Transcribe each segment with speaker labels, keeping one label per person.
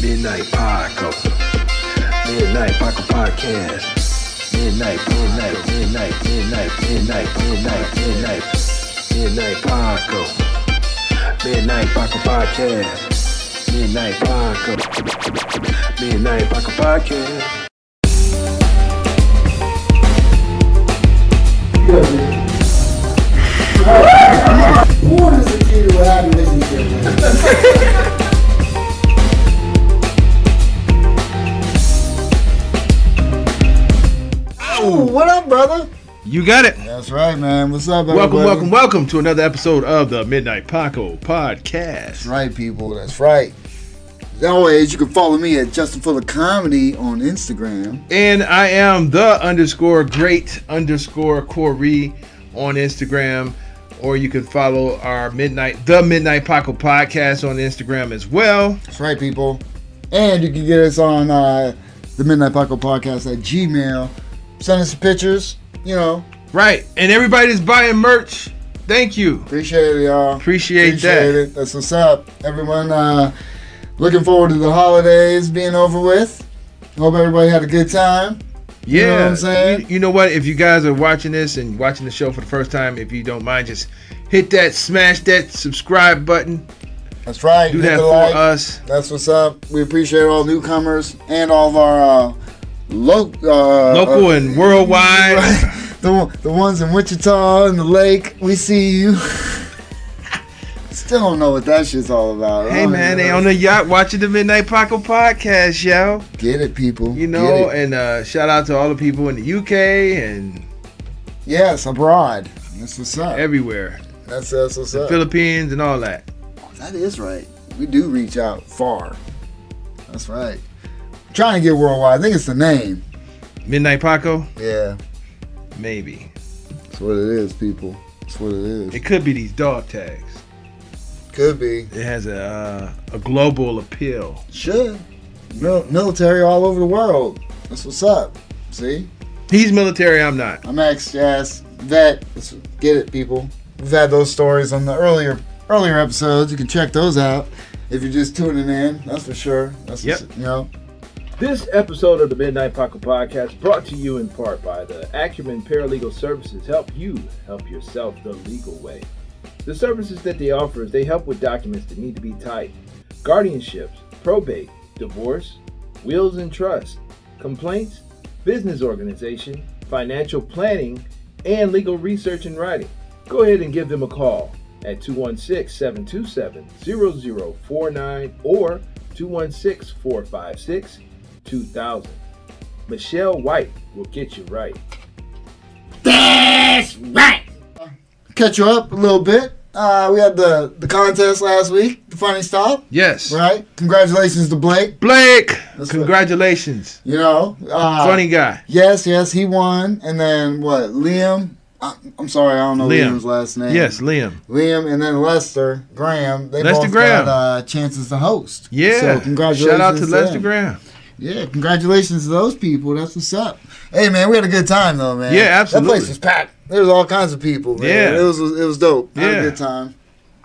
Speaker 1: Midnight Paco. Midnight Paco Podcast. Midnight, midnight, midnight, midnight, midnight, midnight, midnight. Midnight Paco. Midnight Paco Podcast. Midnight Paco. Midnight Paco Podcast.
Speaker 2: Porn is the key to a happy relationship. man. What up, brother?
Speaker 3: You got it.
Speaker 2: That's right, man. What's up, everybody?
Speaker 3: Welcome, welcome, welcome to another episode of the Midnight Paco Podcast.
Speaker 2: That's right, people. That's right. As always, you can follow me at Justin Fuller Comedy on Instagram.
Speaker 3: And I am the underscore great underscore Corey on Instagram. Or you can follow our Midnight, the Midnight Paco Podcast on Instagram as well.
Speaker 2: That's right, people. And you can get us on uh, the Midnight Paco Podcast at Gmail. Send us pictures. You know,
Speaker 3: Right. And everybody that's buying merch, thank you.
Speaker 2: appreciate it, y'all.
Speaker 3: Appreciate,
Speaker 2: Appreciate
Speaker 3: that.
Speaker 2: it. That's what's up. Everyone, uh, looking forward to the holidays being over with. Hope everybody had a good time.
Speaker 3: Yeah.
Speaker 2: know what I'm saying?
Speaker 3: You, you know what? If you guys are watching this and watching the show for the first time, if you don't mind, just hit that, smash that subscribe button.
Speaker 2: That's right.
Speaker 3: Do
Speaker 2: Hit
Speaker 3: that
Speaker 2: the
Speaker 3: for
Speaker 2: like.
Speaker 3: us.
Speaker 2: That's what's up. We appreciate all newcomers and all of our uh, lo- uh,
Speaker 3: Local
Speaker 2: uh,
Speaker 3: and worldwide.
Speaker 2: the, one- the ones in Wichita and the lake. We see you. Still don't know what that shit's all about. I
Speaker 3: Hey
Speaker 2: don't
Speaker 3: man,
Speaker 2: even
Speaker 3: they
Speaker 2: know.
Speaker 3: on the yacht watching the Midnight Paco podcast, yo.
Speaker 2: get it, people.
Speaker 3: You
Speaker 2: Get
Speaker 3: know,
Speaker 2: it.
Speaker 3: and uh, shout out to all the people in the UK and
Speaker 2: yes, abroad. That's what's up.
Speaker 3: everywhere,
Speaker 2: That's, that's what's
Speaker 3: the
Speaker 2: up.
Speaker 3: Philippines and all that.
Speaker 2: That is right. We do reach out far. That's right. trying to get worldwide. I think it's the name.
Speaker 3: Midnight Paco,
Speaker 2: Yeah.
Speaker 3: maybe
Speaker 2: That's what it is, people. That's what it is.
Speaker 3: it could be these dog tags.
Speaker 2: could be.
Speaker 3: It has a uh, a global appeal.
Speaker 2: Should. Mil- military all over the world. That's what's up. See?
Speaker 3: He's military, I'm not.
Speaker 2: I'm ex ass vet. Let's get it, people. We've had those stories on the earlier earlier episodes. You can check those out if you're just tuning in. That's for sure. That's
Speaker 3: Yep.
Speaker 2: what's- you know.
Speaker 3: This episode of the Midnight Pocket Podcast brought to you in part by the Acumen Paralegal Services help you help yourself the legal way. The services that they offer is they help with documents that need to be typed, guardianships, probate, divorce, wills and trust, complaints, business organization, financial planning, and legal research and writing. Go ahead and give them a call at 216 727 0049 or 216 456 2000. Michelle White will get you right.
Speaker 2: Catch you up a little bit. Uh, we had the, the contest last week, the funny stop.
Speaker 3: Yes.
Speaker 2: Right? Congratulations to Blake.
Speaker 3: Blake,
Speaker 2: That's
Speaker 3: congratulations.
Speaker 2: You know, uh,
Speaker 3: Funny guy.
Speaker 2: Yes, yes, he won. And then what? Liam. I, I'm sorry, I don't know
Speaker 3: Liam.
Speaker 2: Liam's last name.
Speaker 3: Yes, Liam.
Speaker 2: Liam, and then Lester Graham. They
Speaker 3: Lester
Speaker 2: both
Speaker 3: Graham.
Speaker 2: got uh, chances to host.
Speaker 3: Yeah.
Speaker 2: So congratulations.
Speaker 3: Shout out to Lester
Speaker 2: them.
Speaker 3: Graham.
Speaker 2: Yeah, congratulations to those people. That's what's up. Hey man, we had a good time though, man.
Speaker 3: Yeah,
Speaker 2: That
Speaker 3: absolutely.
Speaker 2: place was packed. There was all kinds of people. Man.
Speaker 3: Yeah.
Speaker 2: it was it was dope. I had
Speaker 3: Yeah.
Speaker 2: a good time.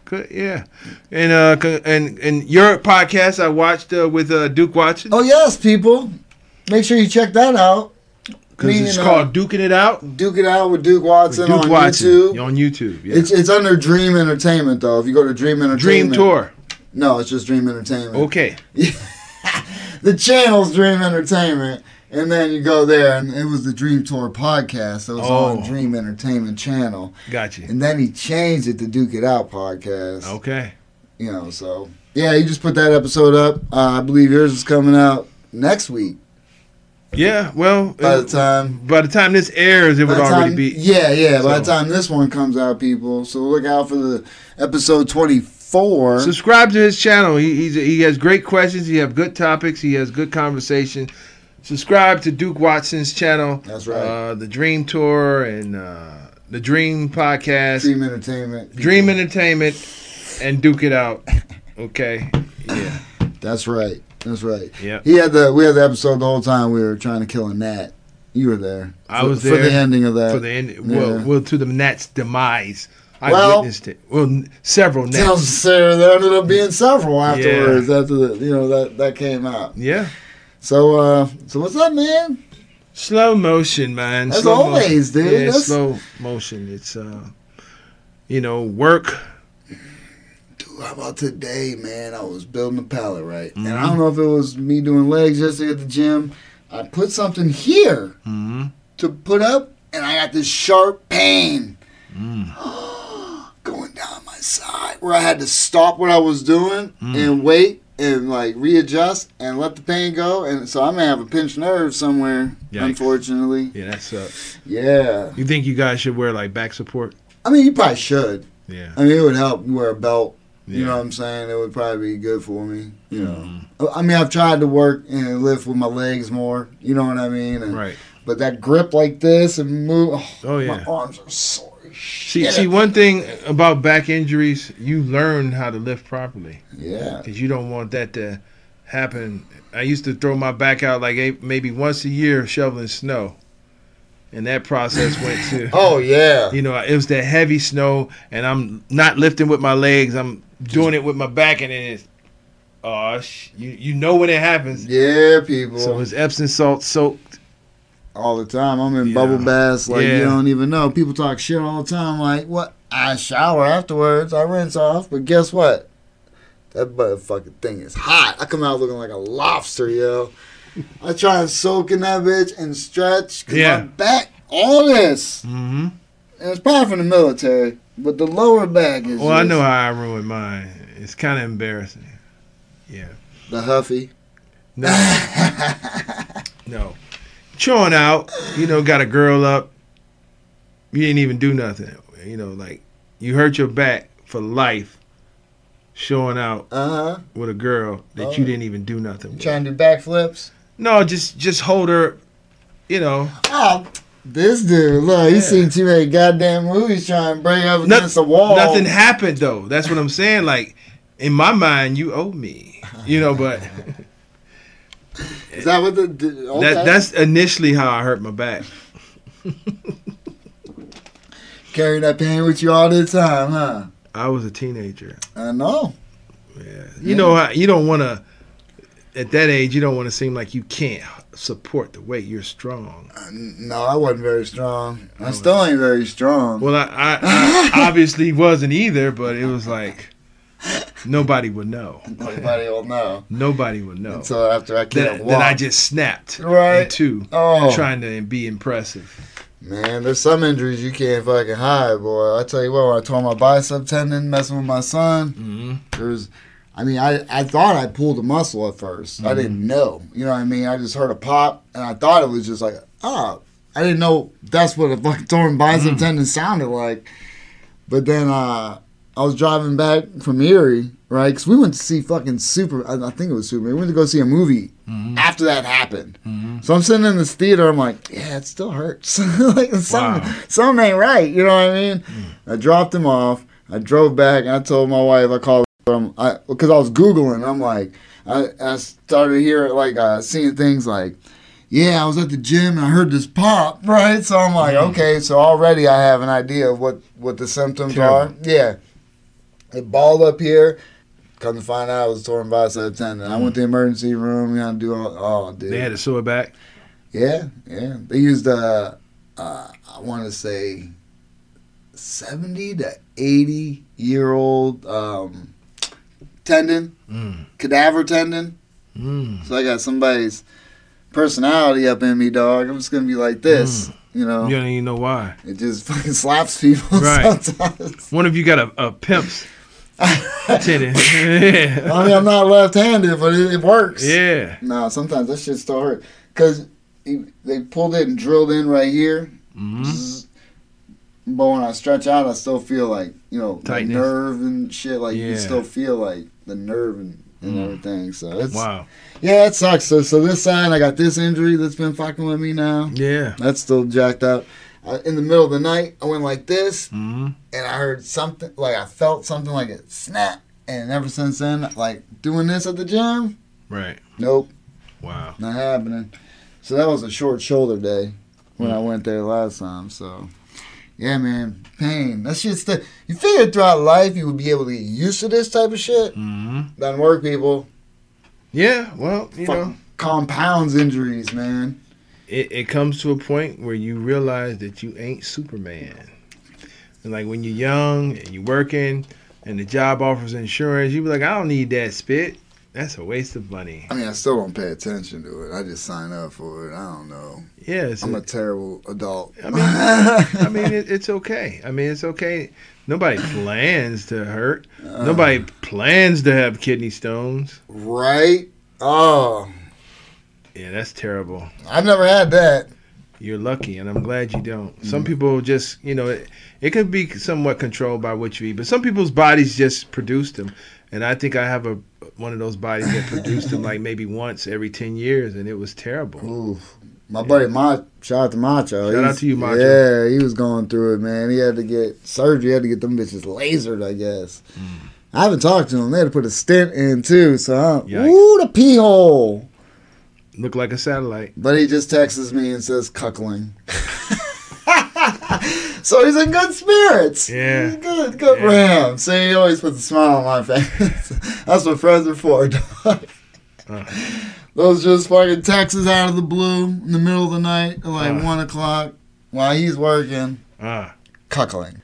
Speaker 3: Good, yeah. And uh co- and and your podcast I watched uh, with uh, Duke Watson.
Speaker 2: Oh yes, people, make sure you check that out.
Speaker 3: Because
Speaker 2: me
Speaker 3: it's
Speaker 2: and,
Speaker 3: called Duking It Out. with
Speaker 2: Duke it out with Duke Watson
Speaker 3: Duke
Speaker 2: uh, on
Speaker 3: Watson
Speaker 2: YouTube.
Speaker 3: on YouTube. Yeah.
Speaker 2: It's it's under Dream Entertainment though. If you go to Dream
Speaker 3: Dream
Speaker 2: Entertainment,
Speaker 3: Tour.
Speaker 2: No, it's just Dream Entertainment.
Speaker 3: Okay.
Speaker 2: The channel's Dream Entertainment, and then you go there, and it was the Dream Tour podcast. That was on
Speaker 3: Oh.
Speaker 2: Dream Entertainment channel,
Speaker 3: Got you.
Speaker 2: and then he changed it to Duke It Out podcast.
Speaker 3: Okay.
Speaker 2: You know, so yeah, you just put that episode up. Uh, I believe yours is coming out next week.
Speaker 3: Yeah. Well,
Speaker 2: By
Speaker 3: uh,
Speaker 2: the time.
Speaker 3: by the time this airs, it would
Speaker 2: by the
Speaker 3: already
Speaker 2: time-
Speaker 3: be.
Speaker 2: yeah, yeah. By the
Speaker 3: so.
Speaker 2: time this one comes out, people, so look out for the episode twenty-four.
Speaker 3: Subscribe to his channel. He he's, he has great questions. He have good topics. He has good conversation. Subscribe to Duke Watson's channel.
Speaker 2: That's right.
Speaker 3: Uh, the Dream Tour and uh, the Dream Podcast.
Speaker 2: Dream Entertainment.
Speaker 3: Dream Entertainment and Duke It Out. Okay. Yeah.
Speaker 2: That's right. That's right.
Speaker 3: Yep.
Speaker 2: He had the we had the episode the whole time we were trying to kill a gnat. You were there.
Speaker 3: I
Speaker 2: For-
Speaker 3: was
Speaker 2: for the
Speaker 3: there
Speaker 2: ending of that.
Speaker 3: For the end, well,
Speaker 2: Uh, Yeah.
Speaker 3: well, to the Nats' demise I
Speaker 2: Well-
Speaker 3: witnessed it. Well, n- several now.
Speaker 2: Sounds there there ended up being several afterwards after the you know that that came out.
Speaker 3: Yeah.
Speaker 2: So uh so what's up, man?
Speaker 3: Slow motion, man.
Speaker 2: As
Speaker 3: slow mo-
Speaker 2: always, dude.
Speaker 3: Yeah,
Speaker 2: That's-
Speaker 3: slow motion. It's uh, you know, work.
Speaker 2: Dude, how about today, man? I was building a pallet, right? And
Speaker 3: Mm-hmm.
Speaker 2: I don't know if it was me doing legs yesterday at the gym. I put something here
Speaker 3: Mm-hmm.
Speaker 2: to put up, and I got this sharp pain
Speaker 3: Mm.
Speaker 2: going down my side where I had to stop what I was doing
Speaker 3: Mm.
Speaker 2: and wait and like readjust and let the pain go. And so I'm gonna have a pinched nerve somewhere,
Speaker 3: Yikes.
Speaker 2: unfortunately.
Speaker 3: Yeah, that's uh.
Speaker 2: Yeah,
Speaker 3: You think you guys should wear like back support?
Speaker 2: I mean, you probably should.
Speaker 3: Yeah.
Speaker 2: I mean, it would help you wear a belt. You
Speaker 3: Yeah. Mm.
Speaker 2: know what I'm saying? It would probably be good for me. You know, I I mean, I've tried to work and lift with my legs more. You know what I mean? And,
Speaker 3: Right.
Speaker 2: But that grip like this and move. Oh,
Speaker 3: Oh
Speaker 2: My
Speaker 3: yeah.
Speaker 2: arms are sore. as
Speaker 3: See,
Speaker 2: shit.
Speaker 3: see, one thing about back injuries, you learn how to lift properly.
Speaker 2: Yeah.
Speaker 3: because you don't want that to happen. I used to throw my back out like eight, maybe once a year shoveling snow, and that process went to
Speaker 2: Oh yeah.
Speaker 3: you know it was that heavy snow, and I'm not lifting with my legs. I'm doing it with my back, and then it's oh sh- you you know when it happens.
Speaker 2: Yeah, people.
Speaker 3: So it's Epsom salt soap.
Speaker 2: all the time. I'm in
Speaker 3: Yeah.
Speaker 2: bubble baths. Like you
Speaker 3: Yeah.
Speaker 2: don't even know. People talk shit all the time. Like what? I shower afterwards. I rinse off. But guess what? That motherfucking thing is hot. I come out looking like a lobster, yo. I try and soak in that bitch and stretch. Cause
Speaker 3: Yeah.
Speaker 2: My back, all this.
Speaker 3: Mm-hmm.
Speaker 2: And it's probably from the military, but the lower back is.
Speaker 3: Well, I
Speaker 2: just
Speaker 3: know how I ruined mine. It's kind of embarrassing. Yeah.
Speaker 2: The huffy.
Speaker 3: No. No. Chilling out, you know, got a girl up. You didn't even do nothing. You know, like you hurt your back for life showing out
Speaker 2: uh huh.
Speaker 3: with a girl that
Speaker 2: Oh.
Speaker 3: you didn't even do nothing with.
Speaker 2: Trying to do backflips.
Speaker 3: No, just just hold her, you know.
Speaker 2: Oh, this dude, look,
Speaker 3: Yeah.
Speaker 2: he's seen too many goddamn movies trying to bring up
Speaker 3: Noth-
Speaker 2: against a wall.
Speaker 3: Nothing happened though. That's what I'm saying. Like in my mind you owe me. You know, but
Speaker 2: Is that what the? d- Okay.
Speaker 3: that that's initially how I hurt my back.
Speaker 2: carry that pain with you all the time, huh? Uh,
Speaker 3: I was a teenager.
Speaker 2: I know.
Speaker 3: Yeah. You know how you don't want to at that age you don't want to seem like you can't support the weight you're strong.
Speaker 2: Uh, No, I wasn't very strong. I still ain't very strong.
Speaker 3: Well, I, I, I obviously wasn't either, but it was like nobody would know.
Speaker 2: Nobody will know
Speaker 3: Nobody would know.
Speaker 2: until after I can't
Speaker 3: Then,
Speaker 2: walk.
Speaker 3: then I just snapped
Speaker 2: Right.
Speaker 3: in two,
Speaker 2: oh
Speaker 3: trying to be impressive.
Speaker 2: man, there's some injuries you can't fucking hide, boy. I tell you what, when I tore my bicep tendon messing with my son,
Speaker 3: Mm-hmm.
Speaker 2: There's, I mean, I, I thought I pulled a muscle at 1st I didn't know. You know what I mean? I just heard a pop and I thought it was just like, oh, I didn't know that's what a fucking torn bicep tendon sounded like. But then uh, I was driving back from Erie, right? Because we went to see fucking Super, I, I think it was Super, we went to go see a movie after that happened. So I'm sitting in this theater, I'm like, yeah, it still hurts. like, something,
Speaker 3: Wow.
Speaker 2: something ain't right. You know what I mean? I dropped him off. I drove back and I told my wife, I called from I because I was googling. I'm like, I, I started hearing like uh, seeing things like, yeah, I was at the gym and I heard this pop, right? So I'm like,
Speaker 3: Mm-hmm.
Speaker 2: okay, so already I have an idea of what what the symptoms
Speaker 3: Terrible.
Speaker 2: are. Yeah, it balled up here. Come to find out, it was torn bicep tendon. I went to the emergency room. We had to do all. Oh, dude.
Speaker 3: Mm-hmm. They had a sore back.
Speaker 2: Yeah, yeah. They used uh, uh I want to say seventy to eighty year old um, tendon,
Speaker 3: Mm.
Speaker 2: cadaver tendon.
Speaker 3: Mm.
Speaker 2: So I got somebody's personality up in me, dog. I'm just gonna be like this,
Speaker 3: Hmm.
Speaker 2: you know.
Speaker 3: You don't even know why.
Speaker 2: It just fucking slaps people
Speaker 3: Right.
Speaker 2: sometimes.
Speaker 3: One of you got a, a pimp's tendon.
Speaker 2: I mean, I'm not left-handed, but it, it works.
Speaker 3: yeah.
Speaker 2: No, sometimes that shit still hurt because they pulled it and drilled in right here.
Speaker 3: Mhm.
Speaker 2: Zzz. But when I stretch out, I still feel like you know the
Speaker 3: Tightness.
Speaker 2: nerve and shit. Like you
Speaker 3: Yeah. Hmm.
Speaker 2: still feel like the nerve and, and everything. So it's
Speaker 3: Wow.
Speaker 2: yeah, it sucks. So so this side, I got this injury that's been fucking with me now.
Speaker 3: Yeah.
Speaker 2: That's still jacked up. I, in the middle of the night, I went like this,
Speaker 3: Mm-hmm.
Speaker 2: and I heard something. Like I felt something like a snap. And ever since then, like doing this at the gym,
Speaker 3: Right.
Speaker 2: nope,
Speaker 3: Wow.
Speaker 2: not happening. So that was a short shoulder day when I went there last time. So Yeah, man, pain. That shit's the. You figure throughout life you would be able to get used to this type of shit.
Speaker 3: Mm-hmm.
Speaker 2: Doesn't work, people.
Speaker 3: Yeah, well, you
Speaker 2: Fuck.
Speaker 3: know,
Speaker 2: Compounds injuries, man.
Speaker 3: it, it comes to a point where you realize that you ain't Superman. And like when you're young and you're working and the job offers insurance, you be like, I don't need that spit. That's a waste of money.
Speaker 2: I mean, I still don't pay attention to it. I just sign up for it. I don't know.
Speaker 3: Yeah, it's
Speaker 2: I'm a terrible adult.
Speaker 3: I mean- I mean, it, it's okay. I mean, it's okay. Nobody plans to hurt.
Speaker 2: Uh.
Speaker 3: Nobody plans to have kidney stones.
Speaker 2: right? Oh,
Speaker 3: Yeah, that's terrible.
Speaker 2: I've never had that.
Speaker 3: You're lucky, and I'm glad you don't. Some
Speaker 2: Mm-hmm.
Speaker 3: people just, you know, it, it could be somewhat controlled by what you eat, but some people's bodies just produce them. And I think I have a one of those bodies that produced them like maybe once every ten years, and it was terrible.
Speaker 2: Ooh, my buddy, Ma- shout out to Macho.
Speaker 3: Shout out
Speaker 2: He's-
Speaker 3: to you, Macho.
Speaker 2: Yeah, he was going through it, man. He had to get surgery. He had to get them bitches lasered, I guess.
Speaker 3: Mm.
Speaker 2: I haven't talked to him. They had to put a stent in too. So, I-
Speaker 3: Yikes.
Speaker 2: ooh, the pee hole.
Speaker 3: Looked like a satellite.
Speaker 2: But he just texts me and says cuckling. so he's in good spirits.
Speaker 3: Yeah.
Speaker 2: He's good, good
Speaker 3: Yeah.
Speaker 2: for him. See, he always puts a smile on my face. That's what friends are for, dog.
Speaker 3: Uh.
Speaker 2: Those just fucking texts out of the blue in the middle of the night at like
Speaker 3: Uh.
Speaker 2: one o'clock while he's working.
Speaker 3: Ah,
Speaker 2: Cuckling.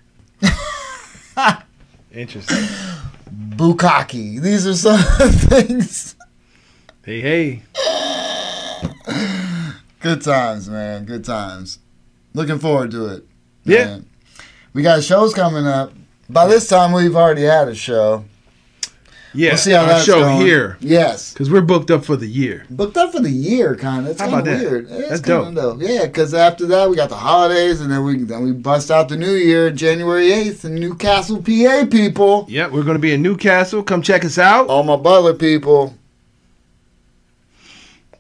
Speaker 3: interesting.
Speaker 2: Bukaki. These are some things.
Speaker 3: Hey, hey.
Speaker 2: Good times, man. Good times. Looking forward to it.
Speaker 3: Yeah.
Speaker 2: man. We got shows coming up. By this time, we've already had a show.
Speaker 3: Yeah,
Speaker 2: We'll see how
Speaker 3: our
Speaker 2: that's
Speaker 3: show
Speaker 2: going.
Speaker 3: here
Speaker 2: Yes.
Speaker 3: because we're booked up for the year.
Speaker 2: Booked up for the year, kind of. It's
Speaker 3: How
Speaker 2: kind of
Speaker 3: about that?
Speaker 2: weird. It's
Speaker 3: That's
Speaker 2: kinda dope. Yeah, because after that, we got the holidays, and then we then we bust out the new year, January 8th, in Newcastle, PA, people.
Speaker 3: Yeah, we're gonna be in Newcastle. Come check us out.
Speaker 2: All my Butler people,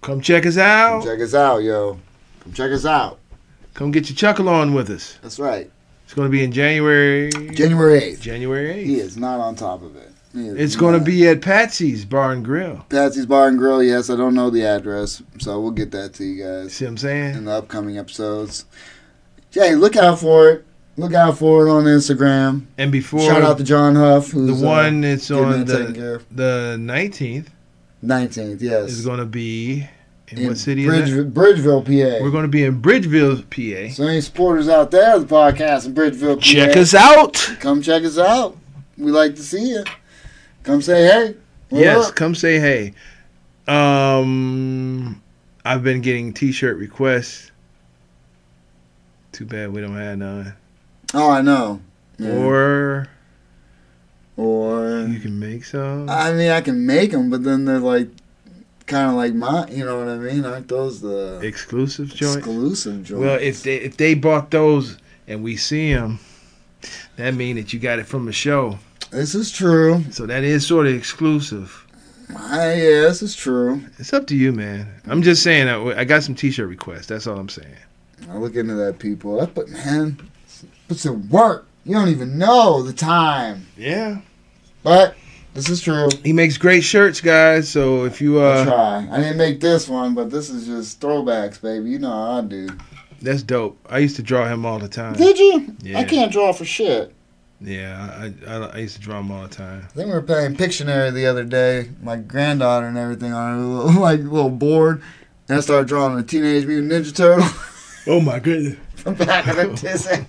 Speaker 3: Come check us
Speaker 2: come
Speaker 3: out.
Speaker 2: check us out, yo. Come check us out.
Speaker 3: Come get your chuckle on with us.
Speaker 2: That's right.
Speaker 3: It's gonna be in January.
Speaker 2: January 8th.
Speaker 3: January
Speaker 2: He
Speaker 3: 8th.
Speaker 2: is not on top of it. He is
Speaker 3: It's gonna
Speaker 2: not.
Speaker 3: be at Patsy's Bar and Grill.
Speaker 2: Patsy's Bar and Grill. Yes, I don't know the address, so we'll get that to you
Speaker 3: You
Speaker 2: guys.
Speaker 3: see what I'm
Speaker 2: in
Speaker 3: saying?
Speaker 2: the upcoming episodes. Jay, look out for it. Look out for it on Instagram.
Speaker 3: And before
Speaker 2: Shout out to John Huff,
Speaker 3: the
Speaker 2: who's uh,
Speaker 3: one that's
Speaker 2: getting
Speaker 3: on
Speaker 2: that taken care
Speaker 3: the the
Speaker 2: of.
Speaker 3: 19th
Speaker 2: nineteenth. yes,
Speaker 3: is gonna be in,
Speaker 2: In
Speaker 3: what city is that?
Speaker 2: Bridge- Bridgeville, PA.
Speaker 3: We're gonna be in Bridgeville, PA.
Speaker 2: so any supporters out there of the podcast in Bridgeville, PA,
Speaker 3: Check us out.
Speaker 2: Come check us out. We like to see you. Come say hey. What
Speaker 3: Yes,
Speaker 2: up?
Speaker 3: come say hey. Um, I've been getting T-shirt requests. Too bad we don't have none.
Speaker 2: Oh, I know. Yeah.
Speaker 3: Or
Speaker 2: Or
Speaker 3: you can make some.
Speaker 2: I mean, I can make them, but then they're like kind of like mine. You know what I mean? Aren't those the
Speaker 3: Exclusive joints.
Speaker 2: exclusive joints?
Speaker 3: Well, if they if they bought those and we see them, that mean that you got it from the show.
Speaker 2: this is true.
Speaker 3: So that is sort of exclusive.
Speaker 2: Ah, yeah, this is true.
Speaker 3: It's up to you, man. I'm just saying. I, I got some T-shirt requests. That's all I'm saying.
Speaker 2: I look into that, people. That put man, puts in work. You don't even know the time,
Speaker 3: Yeah,
Speaker 2: but this is true.
Speaker 3: he makes great shirts, guys. So if you
Speaker 2: I
Speaker 3: uh,
Speaker 2: try. I didn't make this one, but this is just throwbacks, baby. You know how I do.
Speaker 3: that's dope. I used to draw him all the time.
Speaker 2: Did you?
Speaker 3: Yeah.
Speaker 2: I can't draw for shit.
Speaker 3: Yeah, I, I, I used to draw them all the time.
Speaker 2: I think we were playing Pictionary the other day. My granddaughter and everything on a little, like little board, and I started drawing a Teenage Mutant Ninja Turtle
Speaker 3: Oh my goodness!
Speaker 2: from back of the dizzy.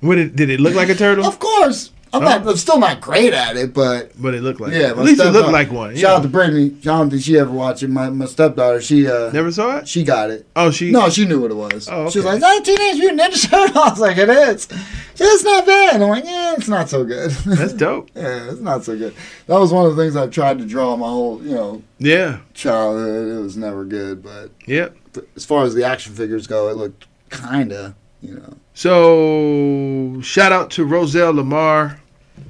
Speaker 3: What it, did it look like a turtle?
Speaker 2: Of course, I'm not. I'm still not great at it, but
Speaker 3: But it looked like
Speaker 2: yeah,
Speaker 3: At
Speaker 2: my
Speaker 3: least it looked
Speaker 2: stepdaughter-
Speaker 3: like one.
Speaker 2: Shout out
Speaker 3: Yeah.
Speaker 2: to Brittany. I don't think she ever watched it. My, my stepdaughter, she uh,
Speaker 3: Never saw it.
Speaker 2: she got it.
Speaker 3: Oh, she.
Speaker 2: No, she knew what it was.
Speaker 3: Oh,
Speaker 2: She was
Speaker 3: okay.
Speaker 2: like, "That Teenage Mutant Ninja Turtle." I was like, "It is." She said, "It's not bad." And I'm like, "Yeah, it's not so good."
Speaker 3: That's dope.
Speaker 2: yeah, it's not so good. That was one of the things I tried to draw my whole you know
Speaker 3: Yeah.
Speaker 2: childhood. It was never good, but
Speaker 3: Yep.
Speaker 2: th- as far as the action figures go, it looked kinda you know.
Speaker 3: So shout out to Roselle Lamar,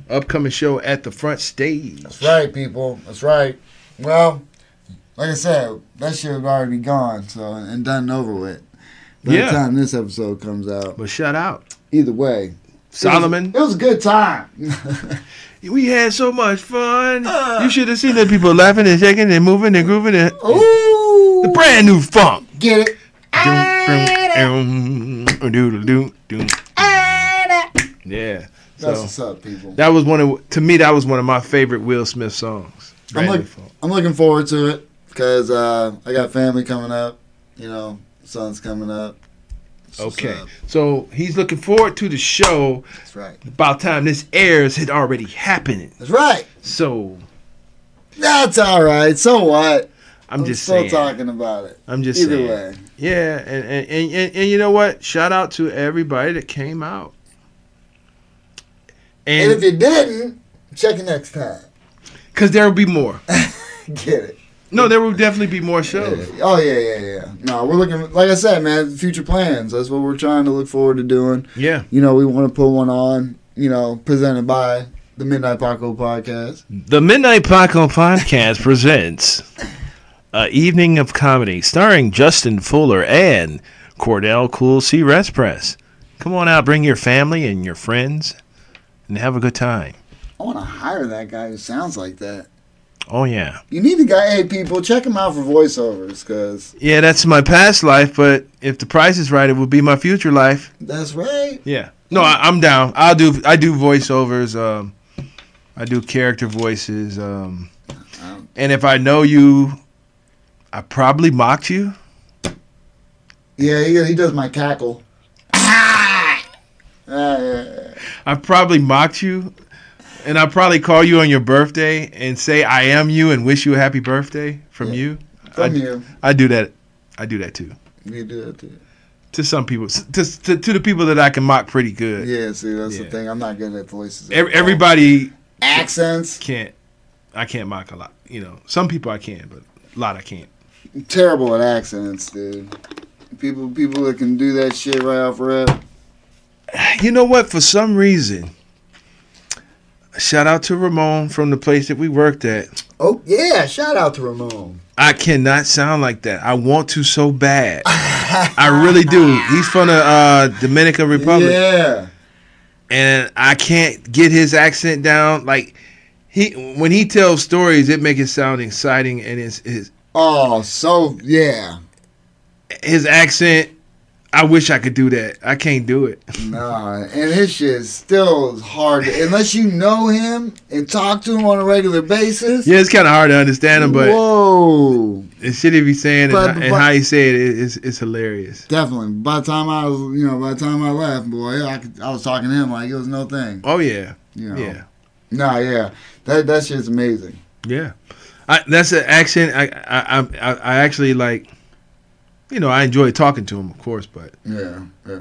Speaker 3: upcoming show at the front stage.
Speaker 2: That's right, people. That's right. Well, like I said, that shit would already be gone, so and done over with. By
Speaker 3: Yeah.
Speaker 2: the time this episode comes out.
Speaker 3: But shout out
Speaker 2: Either way.
Speaker 3: Solomon.
Speaker 2: It was, it was a good time.
Speaker 3: We had so much fun. you should have seen the people laughing and shaking and moving and grooving and
Speaker 2: Ooh.
Speaker 3: the brand new funk.
Speaker 2: Get it.
Speaker 3: Doom, doom, doom, doodle, doom, doom. Yeah.
Speaker 2: That's
Speaker 3: So
Speaker 2: what's up, people.
Speaker 3: that was one of to me that was one of my favorite Will Smith songs.
Speaker 2: I'm
Speaker 3: Grammy
Speaker 2: like-
Speaker 3: for-
Speaker 2: I'm looking forward to it because uh, I got family coming up. You know, son's coming up. That's what's
Speaker 3: okay.
Speaker 2: up.
Speaker 3: So he's looking forward to the show.
Speaker 2: That's right.
Speaker 3: About time this airs had already happened.
Speaker 2: That's right.
Speaker 3: So
Speaker 2: That's all right. So what?
Speaker 3: I'm, just
Speaker 2: still
Speaker 3: saying.
Speaker 2: talking about it.
Speaker 3: I'm just
Speaker 2: Either
Speaker 3: saying.
Speaker 2: way,
Speaker 3: Yeah, and and, and and and you know what? Shout out to everybody that came out.
Speaker 2: and if
Speaker 3: And
Speaker 2: you didn't, check it next time.
Speaker 3: because there will be more.
Speaker 2: Get it.
Speaker 3: No, there will definitely be more shows.
Speaker 2: Oh yeah, yeah, yeah. No, we're looking. Like I said, man, future plans. That's what we're trying to look forward to doing.
Speaker 3: Yeah,
Speaker 2: You know, we want to put one on. You know, presented by the Midnight Paco Podcast.
Speaker 3: the Midnight Paco podcast presents a evening of comedy starring Justin Fuller and Cordell Cool C Rest Press. Come on out, bring your family and your friends, and have a good time.
Speaker 2: I want to hire that guy who sounds like that.
Speaker 3: Oh yeah,
Speaker 2: You need the guy. Hey, people, check him out for voiceovers, cause
Speaker 3: yeah. That's my past life, but if the price is right, it would be my future life.
Speaker 2: that's right.
Speaker 3: Yeah. No, I, I'm down. I'll do. I do voiceovers. Um, I do character voices. Um,
Speaker 2: Um.
Speaker 3: and if I know you, I probably mocked you.
Speaker 2: Yeah, he, he does my cackle. Ah, yeah, yeah.
Speaker 3: I probably mocked you, and I probably call you on your birthday and say I am you and wish you a happy birthday from
Speaker 2: Yeah.
Speaker 3: you. I,
Speaker 2: From you,
Speaker 3: I do that. I do that too.
Speaker 2: you do that too.
Speaker 3: Uh, To some people, to, to, to the people that I can mock pretty good.
Speaker 2: Yeah, see, that's
Speaker 3: Yeah.
Speaker 2: the thing. I'm not good at voices.
Speaker 3: Ev- everybody
Speaker 2: accents
Speaker 3: can't. I can't mock a lot. You know, some people I can, but a lot I can't.
Speaker 2: terrible at accents, dude. People, people that can do that shit right off rip.
Speaker 3: You know what? For some reason, shout out to Ramon from the place that we worked at.
Speaker 2: Oh yeah, shout out to Ramon.
Speaker 3: I cannot sound like that. I want to so bad. I really do. He's from the uh, Dominican Republic,
Speaker 2: Yeah,
Speaker 3: and I can't get his accent down. Like he, when he tells stories, it makes it sound exciting, and his his
Speaker 2: oh so yeah.
Speaker 3: his accent. I wish I could do that. I can't do it.
Speaker 2: Nah, and his shit is still hard to- unless you know him and talk to him on a regular basis.
Speaker 3: Yeah, it's kind of hard to understand him, but
Speaker 2: Whoa,
Speaker 3: the shit he be saying
Speaker 2: But-
Speaker 3: and, and
Speaker 2: but-
Speaker 3: how he say it, it it's, it's hilarious.
Speaker 2: definitely. By the time I was, you know, by the time I left, boy, I, could, I was talking to him like it was no thing.
Speaker 3: Oh yeah,
Speaker 2: You know.
Speaker 3: yeah.
Speaker 2: Nah, yeah. That that shit's amazing.
Speaker 3: Yeah, I, that's an accent. I, I I- I I actually like. You know, I enjoy talking to him, of course, but
Speaker 2: Yeah, yeah.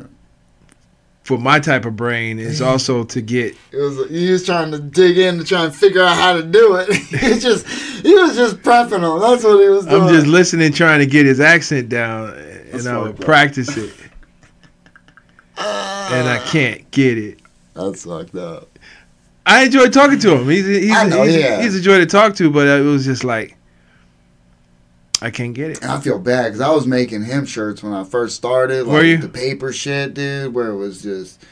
Speaker 3: for my type of brain, it's also to get.
Speaker 2: It was he was trying to dig in to try and figure out how to do it. It's just he was just prepping them. That's what he was doing.
Speaker 3: I'm just listening, trying to get his accent down, and
Speaker 2: That's
Speaker 3: I would
Speaker 2: fucked up.
Speaker 3: practice it, and I can't get it.
Speaker 2: That's fucked Ah, up.
Speaker 3: I enjoy talking to him. He's he's
Speaker 2: I know,
Speaker 3: he's,
Speaker 2: yeah.
Speaker 3: he's a joy to talk to, but it was just like I can't get it.
Speaker 2: And I feel bad because I was making him shirts when I first started. Like
Speaker 3: Were you?
Speaker 2: the paper shit, dude? Where it was just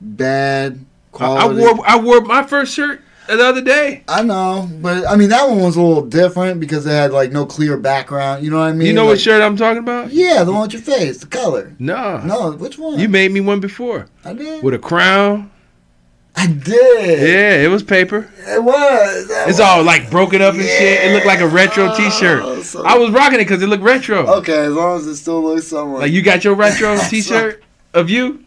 Speaker 2: bad
Speaker 3: I, I
Speaker 2: quality. I,
Speaker 3: wore I wore my first shirt the other day.
Speaker 2: know, but I mean that one was a little different because it had like no clear background. You know what I mean?
Speaker 3: You know what
Speaker 2: Like-
Speaker 3: shirt I'm talking about?
Speaker 2: Yeah, the one with your face, the color.
Speaker 3: No,
Speaker 2: No, which one?
Speaker 3: You made me one before
Speaker 2: I did.
Speaker 3: with a crown.
Speaker 2: I did.
Speaker 3: Yeah, it was paper.
Speaker 2: It was. That
Speaker 3: It's
Speaker 2: was-
Speaker 3: all like broken up and shit. It looked like a retro
Speaker 2: Yeah.
Speaker 3: T-shirt.
Speaker 2: Oh, so-
Speaker 3: I was rocking it because it looked retro.
Speaker 2: Okay, as long as it still looks somewhat.
Speaker 3: Like you got your retro T-shirt of you.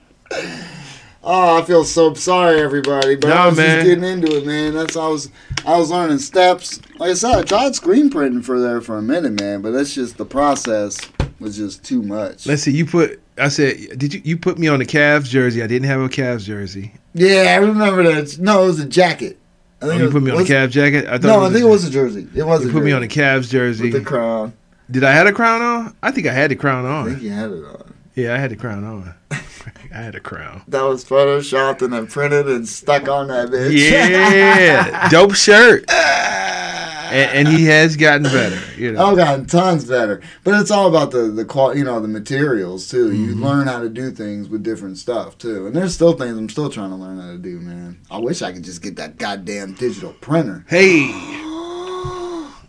Speaker 2: oh, I feel so sorry, everybody. But
Speaker 3: Nah,
Speaker 2: I was
Speaker 3: man.
Speaker 2: just getting into it, man. That's I was. I was learning steps. Like I said, I tried screen printing for there for a minute, man. But that's just the process was just too much.
Speaker 3: Let's see. You put. I said, did you? You put me on the Cavs jersey. I didn't have a Cavs jersey.
Speaker 2: yeah, I remember that. No, it was a jacket. I
Speaker 3: Oh,
Speaker 2: think it
Speaker 3: you
Speaker 2: was-
Speaker 3: put me on a
Speaker 2: was-
Speaker 3: Cavs jacket. I
Speaker 2: No, I think it was a jersey. It was.
Speaker 3: You
Speaker 2: a
Speaker 3: put me on a
Speaker 2: jersey.
Speaker 3: Cavs jersey.
Speaker 2: with the crown.
Speaker 3: Did I had a crown on? I think I had the crown
Speaker 2: I
Speaker 3: on.
Speaker 2: think you had it on.
Speaker 3: Yeah, I had the crown on. I had a crown.
Speaker 2: That was photoshopped and then printed and stuck on that bitch.
Speaker 3: Yeah, dope shirt. And, and he has gotten better. You know.
Speaker 2: I've gotten tons better, but it's all about the the qual you know the materials too. You
Speaker 3: Mm-hmm.
Speaker 2: learn how to do things with different stuff too, and there's still things I'm still trying to learn how to do, man. I wish I could just get that goddamn digital printer.
Speaker 3: Hey,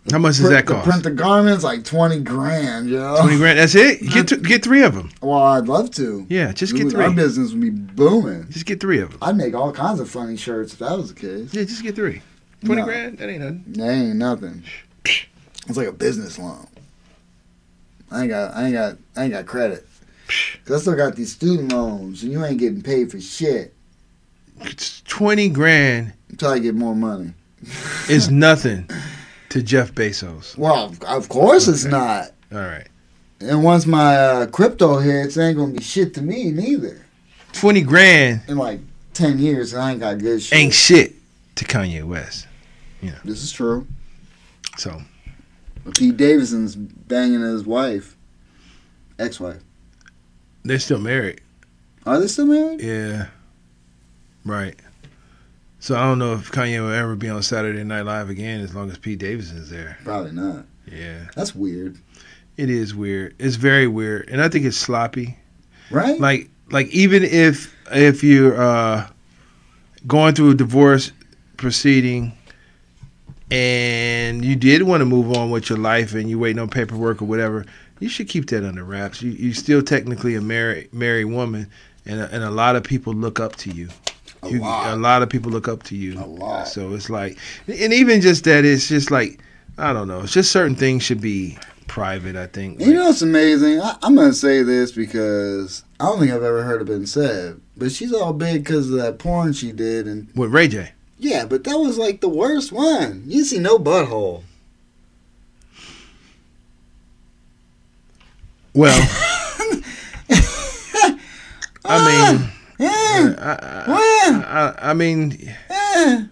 Speaker 3: How much does that
Speaker 2: Print, to
Speaker 3: cost?
Speaker 2: print the garments like twenty grand, you know.
Speaker 3: Twenty grand. That's it. Get th- get three of them.
Speaker 2: Well, I'd love to.
Speaker 3: Yeah, just
Speaker 2: We
Speaker 3: get
Speaker 2: would- Our
Speaker 3: three.
Speaker 2: business would be booming.
Speaker 3: Just get three of them.
Speaker 2: I'd make all kinds of funny shirts if that was the case.
Speaker 3: Yeah, just get three. Twenty
Speaker 2: No.
Speaker 3: grand. That ain't nothing.
Speaker 2: That ain't nothing. It's like a business loan. I ain't got, I ain't got, I ain't got credit. 'Cause I still got these student loans, and you ain't getting paid for shit
Speaker 3: It's Twenty grand
Speaker 2: until I get more money.
Speaker 3: is nothing to Jeff Bezos.
Speaker 2: Well, of course it's not.
Speaker 3: All right.
Speaker 2: And once my uh, crypto hits, it ain't gonna be shit to me neither.
Speaker 3: Twenty grand
Speaker 2: In like ten years, I ain't got good shit.
Speaker 3: ain't shit to Kanye West.
Speaker 2: This is true.
Speaker 3: So
Speaker 2: Pete Davidson's banging his wife, ex-wife.
Speaker 3: they're still married.
Speaker 2: Are they still married?
Speaker 3: Yeah. Right. So I don't know if Kanye will ever be on Saturday Night Live again as long as Pete Davidson is there.
Speaker 2: Probably not.
Speaker 3: Yeah.
Speaker 2: That's weird,
Speaker 3: It is weird. It's very weird. And I think it's sloppy.
Speaker 2: right?
Speaker 3: Like like even if if you're uh going through a divorce proceeding and you did want to move on with your life and you waiting on paperwork or whatever, you should keep that under wraps. You you still technically a married married woman and a, and a lot of people look up to you.
Speaker 2: a
Speaker 3: You-
Speaker 2: lot.
Speaker 3: a lot of people look up to you.
Speaker 2: A lot.
Speaker 3: So it's like, and even just that, it's just like, I don't know. It's just certain things should be private. I think.
Speaker 2: You know what's amazing? I, I'm gonna say this because I don't think I've ever heard it been said, but she's all big because of that porn she did, and
Speaker 3: with Ray J.
Speaker 2: yeah, but that was like the worst one. You see no butthole.
Speaker 3: Well, I mean,
Speaker 2: Eh,
Speaker 3: I,
Speaker 2: eh,
Speaker 3: I, I mean,
Speaker 2: eh.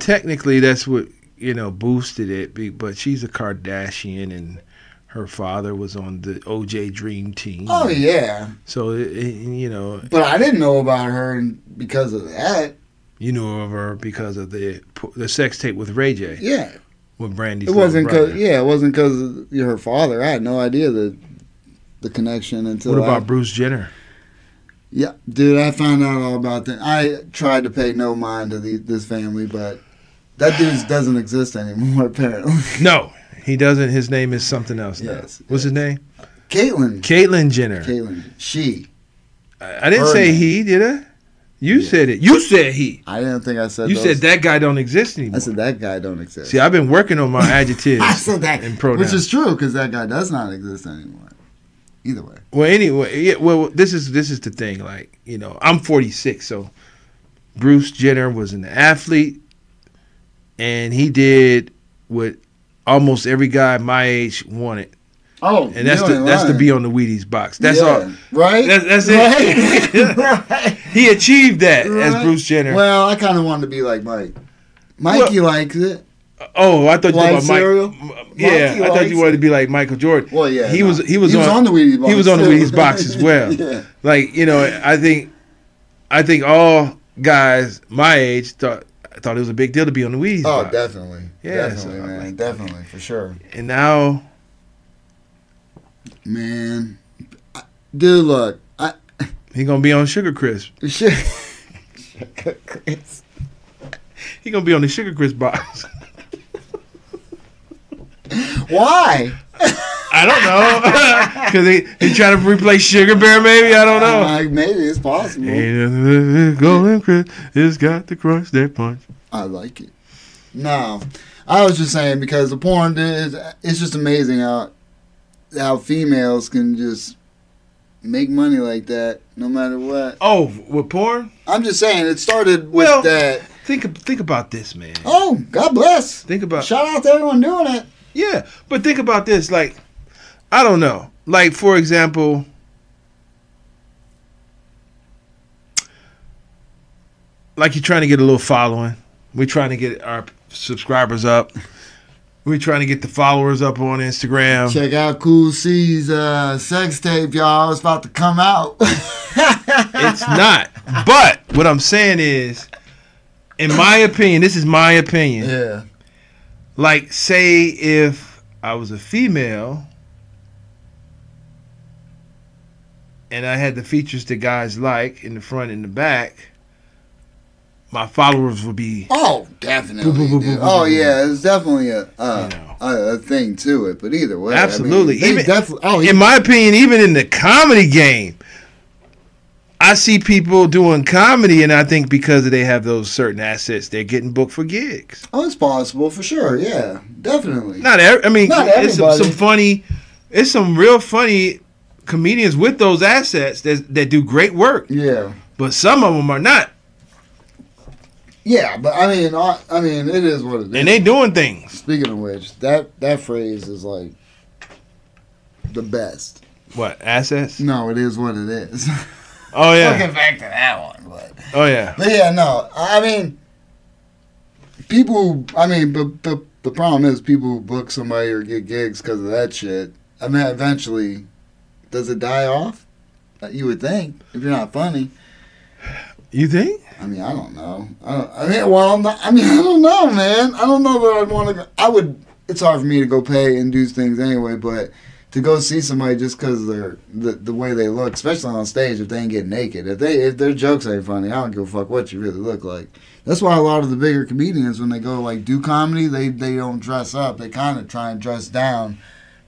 Speaker 3: technically that's what you know boosted it. be- But she's a Kardashian, and her father was on the OJ Dream Team.
Speaker 2: Oh yeah,
Speaker 3: So it, it, you know,
Speaker 2: but I didn't know about her and- because of that.
Speaker 3: you knew of her because of the the sex tape with Ray J.
Speaker 2: Yeah,
Speaker 3: With Brandy's
Speaker 2: it
Speaker 3: little
Speaker 2: wasn't
Speaker 3: brother.
Speaker 2: because yeah, it wasn't because of her father. I had no idea the the connection until
Speaker 3: What
Speaker 2: I-
Speaker 3: about Bruce Jenner?
Speaker 2: Yeah, dude, I found out all about that. I tried to pay no mind to the, this family, but that dude doesn't exist anymore, apparently.
Speaker 3: No, he doesn't. His name is something else. Now.
Speaker 2: Yes,
Speaker 3: What's his name?
Speaker 2: Caitlyn.
Speaker 3: Caitlyn Jenner.
Speaker 2: Caitlyn. She.
Speaker 3: I I didn't
Speaker 2: Her
Speaker 3: say
Speaker 2: name.
Speaker 3: he, did I? You said it. You said he.
Speaker 2: I didn't think I said
Speaker 3: You
Speaker 2: those-
Speaker 3: said that guy don't exist anymore.
Speaker 2: I said that guy don't exist.
Speaker 3: See, I've been working on my adjectives
Speaker 2: I said that.
Speaker 3: and pronouns.
Speaker 2: Which is true, because that guy does not exist anymore. Either way.
Speaker 3: well, anyway, yeah, well, this is this is the thing. Like, you know, I'm 46, so Bruce Jenner was an athlete, and he did what almost every guy my age wanted,
Speaker 2: Oh,
Speaker 3: and that's the, that's to be on the Wheaties box. That's all.
Speaker 2: Right?
Speaker 3: That's, that's it.
Speaker 2: Right? right.
Speaker 3: he achieved that as
Speaker 2: Right.
Speaker 3: Bruce Jenner.
Speaker 2: Well, I kind of wanted to be like Mike. Mikey likes it.
Speaker 3: oh, I thought you were
Speaker 2: Like
Speaker 3: about Mike.
Speaker 2: cereal?
Speaker 3: Yeah,
Speaker 2: Mikey
Speaker 3: I thought
Speaker 2: likes
Speaker 3: you wanted to be like Michael Jordan.
Speaker 2: Well, yeah.
Speaker 3: he
Speaker 2: no.
Speaker 3: was he was on,
Speaker 2: the Wheaties box.
Speaker 3: he was on the
Speaker 2: too.
Speaker 3: Wheaties box as well.
Speaker 2: yeah.
Speaker 3: Like you know, I think I think all guys my age thought thought it was a big deal to be on the Wheaties
Speaker 2: Oh,
Speaker 3: box.
Speaker 2: definitely.
Speaker 3: Yeah,
Speaker 2: definitely,
Speaker 3: so I'm
Speaker 2: man.
Speaker 3: like-
Speaker 2: definitely, for sure.
Speaker 3: And now,
Speaker 2: Man, I- dude, look, I
Speaker 3: he gonna be on Sugar Crisp.
Speaker 2: shit. Chris.
Speaker 3: He gonna be on the Sugar Crisp box.
Speaker 2: Why?
Speaker 3: I don't know because they they trying to replace Sugar Bear. Maybe I don't know.
Speaker 2: Like, maybe it's possible.
Speaker 3: Ain't nothing Golden Crisp has got the crunch that punch.
Speaker 2: I like it. No, I was just saying because the porn dude, is- it's just amazing how how females can just make money like that, no matter what.
Speaker 3: Oh, with porn.
Speaker 2: I'm just saying it started with
Speaker 3: Well-
Speaker 2: that.
Speaker 3: Think think about this, man.
Speaker 2: Oh, God bless.
Speaker 3: Think about
Speaker 2: Shout out to everyone doing it.
Speaker 3: yeah, but think about this. Like, I don't know. Like for example, like you're trying to get a little following. We're trying to get our subscribers up. We're trying to get the followers up on Instagram.
Speaker 2: Check out Cool C's uh, sex tape, y'all. It's about to come out.
Speaker 3: It's not. But what I'm saying is, in my opinion, this is my opinion.
Speaker 2: yeah.
Speaker 3: like say if I was a female and I had the features that guys like in the front and the back, my followers would be
Speaker 2: Oh, definitely.
Speaker 3: Boo, boo, boo,
Speaker 2: dude.
Speaker 3: boo,
Speaker 2: oh
Speaker 3: boo, boo.
Speaker 2: yeah, it's definitely a. Uh,
Speaker 3: you know
Speaker 2: a, a thing to it. But either way,
Speaker 3: Absolutely.
Speaker 2: I mean, they
Speaker 3: Even-
Speaker 2: definitely. Oh,
Speaker 3: in my opinion, even in the comedy game, I see people doing comedy, and I think because they have those certain assets, they're getting booked for gigs.
Speaker 2: oh, it's possible for sure. Yeah, definitely.
Speaker 3: Not, every, I mean,
Speaker 2: Not
Speaker 3: it's some,
Speaker 2: everybody.
Speaker 3: some funny, it's some real funny comedians with those assets that that do great work,
Speaker 2: Yeah,
Speaker 3: but some of them are not,
Speaker 2: yeah. But I mean, I, I mean, it is what it is.
Speaker 3: and they doing things.
Speaker 2: Speaking of which, that that phrase is like the best.
Speaker 3: What assets?
Speaker 2: No, it is what it is.
Speaker 3: Oh yeah,
Speaker 2: Looking back to that one, but
Speaker 3: oh yeah.
Speaker 2: But yeah, no, I mean, people. I mean, but the the problem is people who book somebody or get gigs because of that shit. I mean, eventually, does it die off? Uh, You would think if you're not funny.
Speaker 3: You think?
Speaker 2: I mean, I don't know. I, don't, I mean, well, I'm not, I mean, I don't know, man. I don't know that I'd want to. I would. It's hard for me to go pay and do things anyway, but to go see somebody just because they're the, the way they look, especially on stage, if they ain't get naked, if they if their jokes ain't funny, I don't give a fuck what you really look like. That's why a lot of the bigger comedians, when they go like do comedy, they they don't dress up. They kind of try and dress down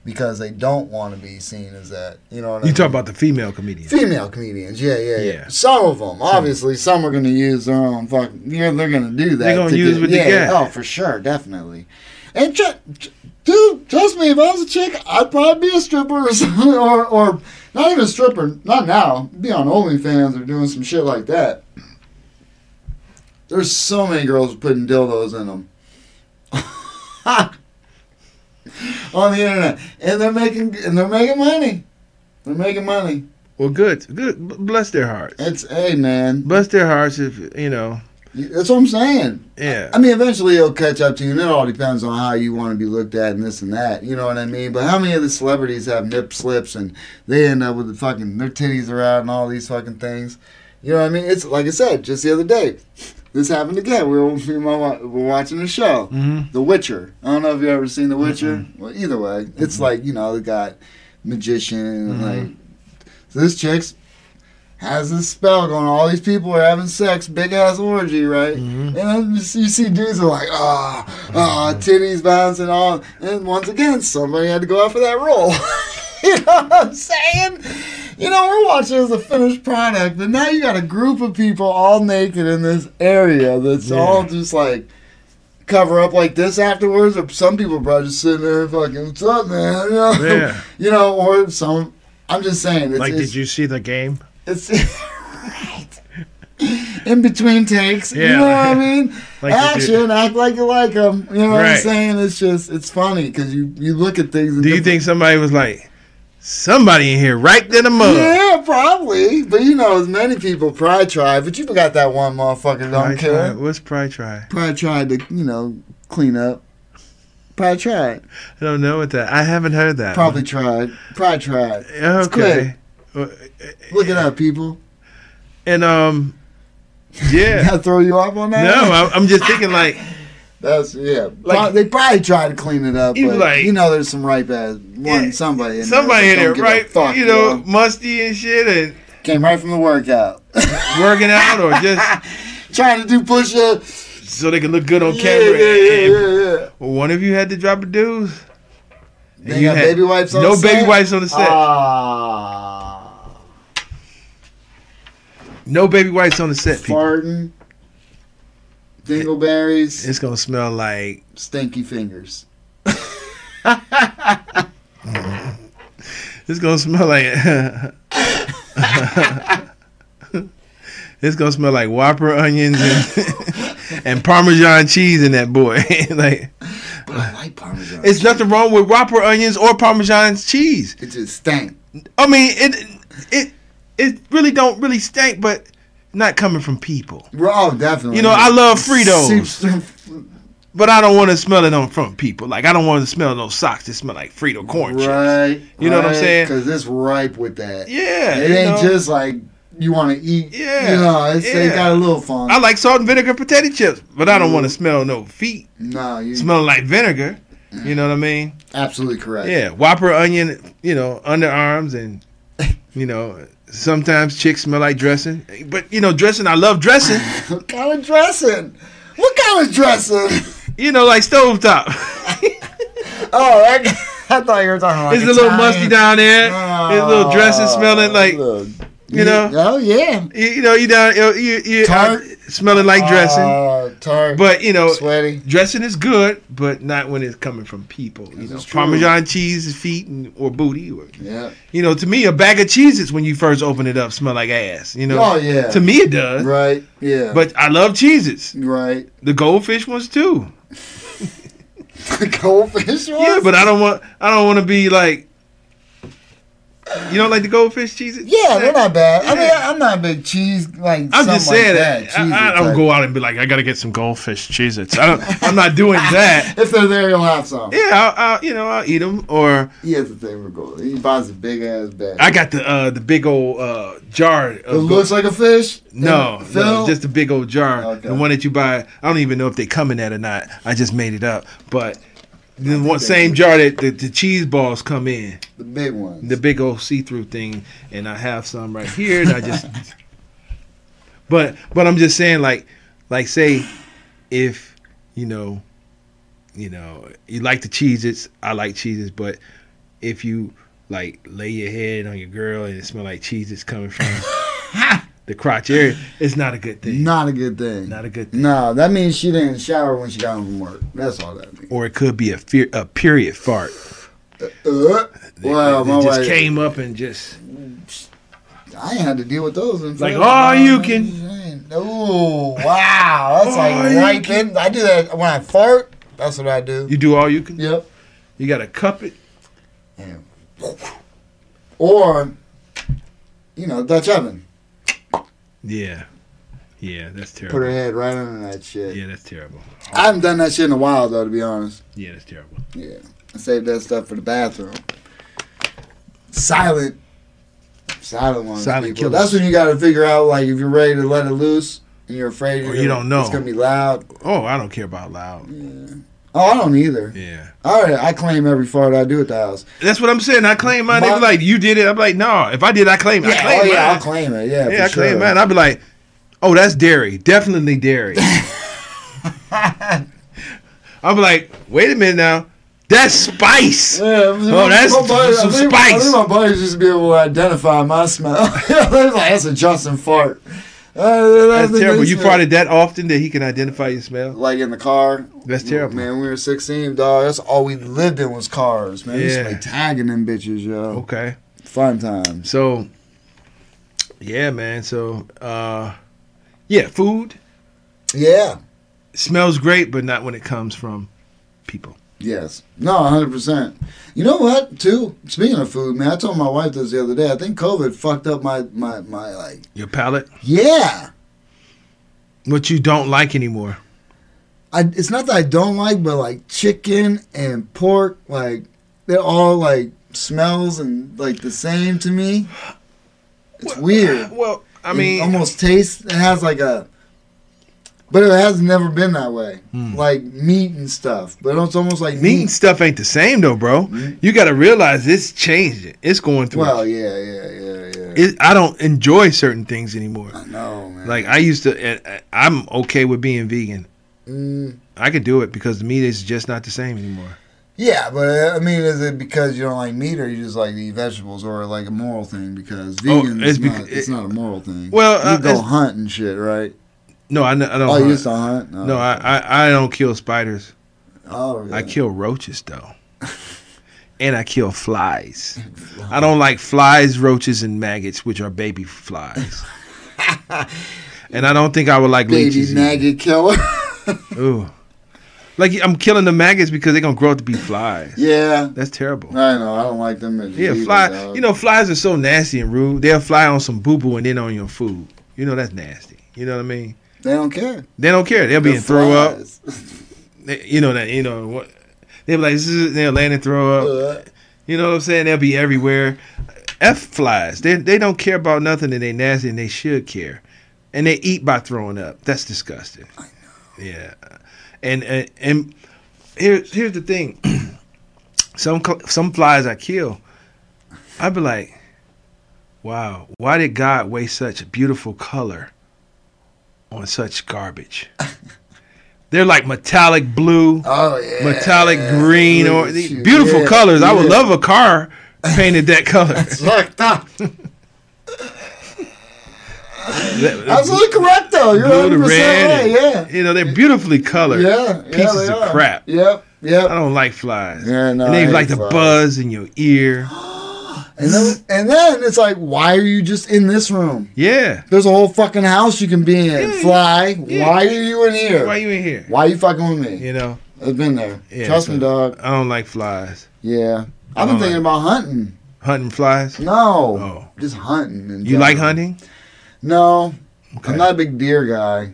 Speaker 2: because they don't want to be seen as that. You know what I
Speaker 3: You
Speaker 2: mean?
Speaker 3: talk about the female comedians.
Speaker 2: Female comedians, yeah, yeah, yeah.
Speaker 3: Yeah.
Speaker 2: Some of them, obviously, some are going to use their own fucking. Yeah, they're going to do that.
Speaker 3: They're gonna
Speaker 2: to
Speaker 3: use
Speaker 2: get-
Speaker 3: what they
Speaker 2: yeah,
Speaker 3: got.
Speaker 2: Oh, for sure, definitely. And tr- tr- dude, trust me, if I was a chick, I'd probably be a stripper or something, or, or not even a stripper. Not now. Be on OnlyFans or doing some shit like that. There's so many girls putting dildos in them. on the internet, and they're making and they're making money. They're making money.
Speaker 3: Well, good, good. B- Bless their hearts.
Speaker 2: It's hey man.
Speaker 3: Bless their hearts. If you know,
Speaker 2: That's what I'm saying.
Speaker 3: yeah.
Speaker 2: I mean, eventually it'll catch up to you, and it all depends on how you want to be looked at and this and that. You know what I mean? But how many of the celebrities have nip slips and they end up with the fucking their titties are out and all these fucking things? You know what I mean? It's like I said just the other day. This happened again. We were, me and my wa- we were watching a show,
Speaker 3: Mhm.
Speaker 2: The Witcher. I don't know if you ever seen The Witcher. Well, either way, it's like you know they got magician and like so this chick's has this spell going. All these people are having sex, big ass orgy, right?
Speaker 3: Mm-hmm.
Speaker 2: And then you see, you see dudes are like, ah, ah, titties bouncing on. And once again, somebody had to go out for that role. you know what I'm saying? You know, we're watching as a finished product, but now you got a group of people all naked in this area that's
Speaker 3: Yeah.
Speaker 2: all just like cover up like this afterwards, or some people probably just sitting there fucking, what's up, man? You know,
Speaker 3: Yeah.
Speaker 2: you know or some. I'm just saying. It's,
Speaker 3: Like,
Speaker 2: it's,
Speaker 3: did you see the game?
Speaker 2: it's in between takes. You
Speaker 3: Yeah.
Speaker 2: know what I mean?
Speaker 3: Like you do.
Speaker 2: Action, act like you like them. You know what I'm
Speaker 3: Right.
Speaker 2: saying? It's just it's funny because you you look at things. in
Speaker 3: Do you think
Speaker 2: different-
Speaker 3: somebody was like, somebody in here right to the mug?
Speaker 2: Yeah, probably. But you know, as many people probably try. But you got that one motherfucker
Speaker 3: Probably
Speaker 2: don't
Speaker 3: Try,
Speaker 2: care.
Speaker 3: what's probably try?
Speaker 2: Probably tried to you know clean up. Probably tried.
Speaker 3: I don't know what that. I haven't heard that.
Speaker 2: Probably tried. Probably tried.
Speaker 3: one. Yeah, Okay. Well,
Speaker 2: Look it up, people.
Speaker 3: And um,
Speaker 2: Did
Speaker 3: yeah.
Speaker 2: I throw you off on
Speaker 3: no,
Speaker 2: that?
Speaker 3: I, I'm just thinking like,
Speaker 2: That's yeah.
Speaker 3: Like-
Speaker 2: Pro- they probably try to clean it up,
Speaker 3: You
Speaker 2: but
Speaker 3: like-
Speaker 2: you know, there's some ripe ass one
Speaker 3: Yeah,
Speaker 2: somebody in
Speaker 3: somebody
Speaker 2: there.
Speaker 3: in there,
Speaker 2: that don't give a
Speaker 3: right?
Speaker 2: Fuck,
Speaker 3: you know,
Speaker 2: yo.
Speaker 3: musty and shit, and
Speaker 2: came right from the workout,
Speaker 3: working out, or just
Speaker 2: trying to do push-ups.
Speaker 3: so they can look good on
Speaker 2: Yeah,
Speaker 3: camera.
Speaker 2: yeah, yeah,
Speaker 3: And
Speaker 2: yeah, yeah.
Speaker 3: One of you had to drop a dues.
Speaker 2: They got baby wipes on
Speaker 3: no
Speaker 2: the
Speaker 3: baby
Speaker 2: set?
Speaker 3: wipes on the set.
Speaker 2: Ah,
Speaker 3: no baby wipes on the set. People.
Speaker 2: farting, dingleberries,
Speaker 3: It's gonna smell like
Speaker 2: stinky fingers.
Speaker 3: It's gonna smell like. it's gonna smell like Whopper onions and, and Parmesan cheese in that boy. like,
Speaker 2: But I like parmesan.
Speaker 3: it's nothing wrong with Whopper onions or Parmesan cheese.
Speaker 2: It just stank.
Speaker 3: I mean, it it it really don't really stink, but not coming from people.
Speaker 2: Oh, definitely.
Speaker 3: You know, I love Fritos.
Speaker 2: Soup-
Speaker 3: But I don't want to smell it on from people. Like, I don't want to smell those socks that smell like Frito corn chips.
Speaker 2: right.
Speaker 3: You know what I'm saying?
Speaker 2: Because it's ripe with that.
Speaker 3: Yeah,
Speaker 2: It
Speaker 3: you
Speaker 2: ain't
Speaker 3: know.
Speaker 2: just like you want to eat.
Speaker 3: Yeah,
Speaker 2: You know, it's, they
Speaker 3: yeah.
Speaker 2: got a little fun.
Speaker 3: I like salt and vinegar potato chips, but I don't want
Speaker 2: Mm.
Speaker 3: to smell no feet
Speaker 2: no, you
Speaker 3: smelling like vinegar. You know what I mean?
Speaker 2: absolutely correct.
Speaker 3: Yeah, Whopper onion, you know, underarms and you know, sometimes chicks smell like dressing. But you know, dressing, I love dressing.
Speaker 2: What kind of dressing? What kind of dressing?
Speaker 3: You know, like stovetop.
Speaker 2: Oh, that guy, I thought you were talking like
Speaker 3: It's a little musty
Speaker 2: Italian.
Speaker 3: down there. His
Speaker 2: Oh.
Speaker 3: little dress is smelling like you,
Speaker 2: Look.
Speaker 3: you know?
Speaker 2: Oh yeah.
Speaker 3: you know you down you you, you out
Speaker 2: Tart.
Speaker 3: smelling like dressing.
Speaker 2: Oh, tart.
Speaker 3: but you know
Speaker 2: sweaty.
Speaker 3: dressing is good, but not when it's coming from people. You
Speaker 2: This
Speaker 3: know
Speaker 2: is true.
Speaker 3: Parmesan cheese feet and, or booty or
Speaker 2: Yeah.
Speaker 3: you know to me a bag of cheeses when you first open it up smell like ass. You know
Speaker 2: Oh yeah.
Speaker 3: to me it does.
Speaker 2: Right. Yeah.
Speaker 3: But I love cheeses.
Speaker 2: right.
Speaker 3: The goldfish ones too.
Speaker 2: The goldfish one.
Speaker 3: Yeah, but I don't want I don't want to be like you don't like the goldfish cheeses.
Speaker 2: Yeah, they're not bad. I mean, I- I'm not a big cheese like.
Speaker 3: I'm just
Speaker 2: something
Speaker 3: saying
Speaker 2: like
Speaker 3: that. I, I don't
Speaker 2: Cheez-Its,
Speaker 3: go out and be like, I gotta get some goldfish Cheez-Its. I don't, I'm not doing that.
Speaker 2: like- If they're there, you'll have some.
Speaker 3: Yeah, I'll, I'll, you know, I'll eat them. Or
Speaker 2: He has the thing with gold. He buys a big ass bag.
Speaker 3: I got the uh, the big old uh, jar. Of
Speaker 2: it looks like a fish.
Speaker 3: no,
Speaker 2: And
Speaker 3: no,
Speaker 2: Phil-
Speaker 3: just a big old jar.
Speaker 2: Okay.
Speaker 3: The one that you buy. I don't even know if they come in that or not. I just made it up, but. The one, same jar that the, the cheese balls come in,
Speaker 2: the big one.
Speaker 3: the big old see-through thing, and I have some right here, and I just. but but I'm just saying, like like say, if you know, you know, you like the cheeses, I like cheeses, but if you like lay your head on your girl and it smell like cheeses coming from the crotch area, it's not a good thing.
Speaker 2: Not a good thing.
Speaker 3: Not a good thing.
Speaker 2: No, that means she didn't shower when she got home from work. That's all that means.
Speaker 3: Or it could be a fear, a period fart.
Speaker 2: Uh, well,
Speaker 3: it,
Speaker 2: my
Speaker 3: just
Speaker 2: wife-
Speaker 3: came up and just
Speaker 2: I ain't had to deal with those. In
Speaker 3: Like,
Speaker 2: forever.
Speaker 3: all you
Speaker 2: man.
Speaker 3: can-
Speaker 2: Oh wow, that's
Speaker 3: All
Speaker 2: like
Speaker 3: you
Speaker 2: right
Speaker 3: can-
Speaker 2: then. I do that when I fart. That's what I do.
Speaker 3: you do all you can.
Speaker 2: Yep.
Speaker 3: You gotta cup it.
Speaker 2: Or, you know, Dutch oven.
Speaker 3: Yeah, yeah, that's
Speaker 2: Put her
Speaker 3: terrible.
Speaker 2: head right under that shit.
Speaker 3: Yeah, that's terrible.
Speaker 2: I haven't done that shit in a while though, to be honest.
Speaker 3: Yeah, that's terrible.
Speaker 2: Yeah, I saved that stuff for the bathroom. Silent, silent ones.
Speaker 3: Silent
Speaker 2: people.
Speaker 3: killer.
Speaker 2: That's when you got to figure out like if you're ready to let it loose and you're afraid. You're
Speaker 3: Or you
Speaker 2: gonna-
Speaker 3: don't know.
Speaker 2: It's gonna be loud.
Speaker 3: Oh, I don't care about loud.
Speaker 2: Oh, I don't either.
Speaker 3: Yeah.
Speaker 2: All right, I claim every fart I do at the house.
Speaker 3: That's what I'm saying. I claim mine. They
Speaker 2: My-
Speaker 3: be like, you did it. I'm like, no. If I did, I claim it. I
Speaker 2: Yeah,
Speaker 3: claim
Speaker 2: oh yeah,
Speaker 3: mine.
Speaker 2: I'll claim it. Yeah,
Speaker 3: yeah, I
Speaker 2: for
Speaker 3: claim
Speaker 2: sure.
Speaker 3: mine. I'd be like, oh, that's dairy. Definitely dairy. I'm like, wait a minute now. That's spice.
Speaker 2: Yeah,
Speaker 3: Oh, that's some
Speaker 2: I think, I
Speaker 3: spice.
Speaker 2: think my buddies used to be able to identify my smell. They're like, that's a Justin fart. Uh,
Speaker 3: That's
Speaker 2: the
Speaker 3: terrible.
Speaker 2: good
Speaker 3: You
Speaker 2: smell.
Speaker 3: farted that often that he can identify your smell.
Speaker 2: Like in the car.
Speaker 3: That's terrible.
Speaker 2: Man, we were 16, dog. That's all we lived in was cars, man. We used to
Speaker 3: Yeah. Oh.
Speaker 2: be tagging them bitches, yo.
Speaker 3: Okay.
Speaker 2: Fun times.
Speaker 3: So, yeah, man. So, uh, yeah, food
Speaker 2: Yeah.
Speaker 3: smells great, but not when it comes from people.
Speaker 2: Yes. No, 100%. You know what, too? Speaking of food, man, I told my wife this the other day. I think COVID fucked up my, my, my like,
Speaker 3: Your palate,
Speaker 2: yeah.
Speaker 3: what you don't like anymore.
Speaker 2: I, it's not that I don't like, but like chicken and pork, like they're all like smells and like the same to me. It's weird.
Speaker 3: Well, I
Speaker 2: It
Speaker 3: mean,
Speaker 2: almost tastes. It has like a, but it has never been that way. Like meat and stuff, but it's almost like
Speaker 3: Hmm. meat and stuff ain't the same though, bro. You got to realize it's changing. It's going through.
Speaker 2: Mm-hmm. Well, yeah, yeah, yeah, yeah.
Speaker 3: it, I don't enjoy certain things anymore.
Speaker 2: no man.
Speaker 3: Like I used to. and I- I'm okay with being vegan.
Speaker 2: Mm,
Speaker 3: I can do it because the meat is just not the same anymore.
Speaker 2: yeah, but uh, I mean, is it because you don't like meat, or you just like to eat vegetables, or like a moral thing? Because vegan
Speaker 3: Oh, it's
Speaker 2: is not.
Speaker 3: becau-
Speaker 2: it's not a moral thing.
Speaker 3: Well, uh,
Speaker 2: you go
Speaker 3: it's-
Speaker 2: hunt and shit, right?
Speaker 3: No, I, n- I don't.
Speaker 2: Oh,
Speaker 3: hunt.
Speaker 2: you used to hunt?
Speaker 3: no, I, I I don't kill spiders.
Speaker 2: Oh, really?
Speaker 3: I kill roaches though, and I kill flies. I don't like flies, roaches, and maggots, which are baby flies. and I don't think I would like
Speaker 2: Baby
Speaker 3: leeches. either.
Speaker 2: maggot killer.
Speaker 3: Ooh. Like I'm killing the maggots because they're gonna grow up to be flies.
Speaker 2: yeah.
Speaker 3: That's terrible.
Speaker 2: I know. I don't like them. as
Speaker 3: Yeah,
Speaker 2: either,
Speaker 3: fly.
Speaker 2: dog.
Speaker 3: You know, flies are so nasty and rude. They'll fly on some boo boo and then on your food. You know that's nasty. You know what I mean?
Speaker 2: they don't care.
Speaker 3: They don't care. They'll be
Speaker 2: They're
Speaker 3: in throw up.
Speaker 2: flies.
Speaker 3: They- you know that. You know what? They'll be like, "Zzz," they'll land and throw up.
Speaker 2: Uh,
Speaker 3: You know what I'm saying? They'll be everywhere. F flies. They they don't care about nothing and they nasty and they should care. And they eat by throwing up. That's disgusting. I know. Yeah. And and, and here's here's the thing. some cl- some flies I kill, I'd be like, wow, why did God waste such beautiful color on such garbage? They're like metallic blue,
Speaker 2: Oh yeah.
Speaker 3: metallic green,
Speaker 2: Look
Speaker 3: or
Speaker 2: at
Speaker 3: these
Speaker 2: you.
Speaker 3: beautiful
Speaker 2: Yeah,
Speaker 3: colors. I would
Speaker 2: yeah.
Speaker 3: love a car painted that color.
Speaker 2: Look, nah, absolutely correct though. You're
Speaker 3: blue to
Speaker 2: 100
Speaker 3: red.
Speaker 2: percent right.
Speaker 3: and,
Speaker 2: Yeah.
Speaker 3: You know, they're beautifully colored.
Speaker 2: Yeah. yeah,
Speaker 3: Pieces
Speaker 2: they
Speaker 3: of
Speaker 2: are.
Speaker 3: crap.
Speaker 2: Yep.
Speaker 3: I
Speaker 2: Yep.
Speaker 3: don't like flies.
Speaker 2: Yeah, no,
Speaker 3: and
Speaker 2: I
Speaker 3: they
Speaker 2: hate
Speaker 3: like the
Speaker 2: flies.
Speaker 3: buzz in your ear.
Speaker 2: And then, and then it's like, why are you just in this room?
Speaker 3: Yeah.
Speaker 2: There's a whole fucking house you can be in.
Speaker 3: Yeah,
Speaker 2: Fly.
Speaker 3: yeah.
Speaker 2: Why are you in here?
Speaker 3: Why you in here?
Speaker 2: Why you fucking with me?
Speaker 3: You know,
Speaker 2: I've been there.
Speaker 3: Yeah,
Speaker 2: Trust
Speaker 3: so-
Speaker 2: me, dog.
Speaker 3: I don't like flies.
Speaker 2: Yeah. I've been
Speaker 3: Oh.
Speaker 2: thinking about hunting.
Speaker 3: Hunting flies.
Speaker 2: No.
Speaker 3: Oh.
Speaker 2: Just hunting. in
Speaker 3: You like
Speaker 2: general.
Speaker 3: hunting?
Speaker 2: No.
Speaker 3: Okay.
Speaker 2: I'm not a big deer guy.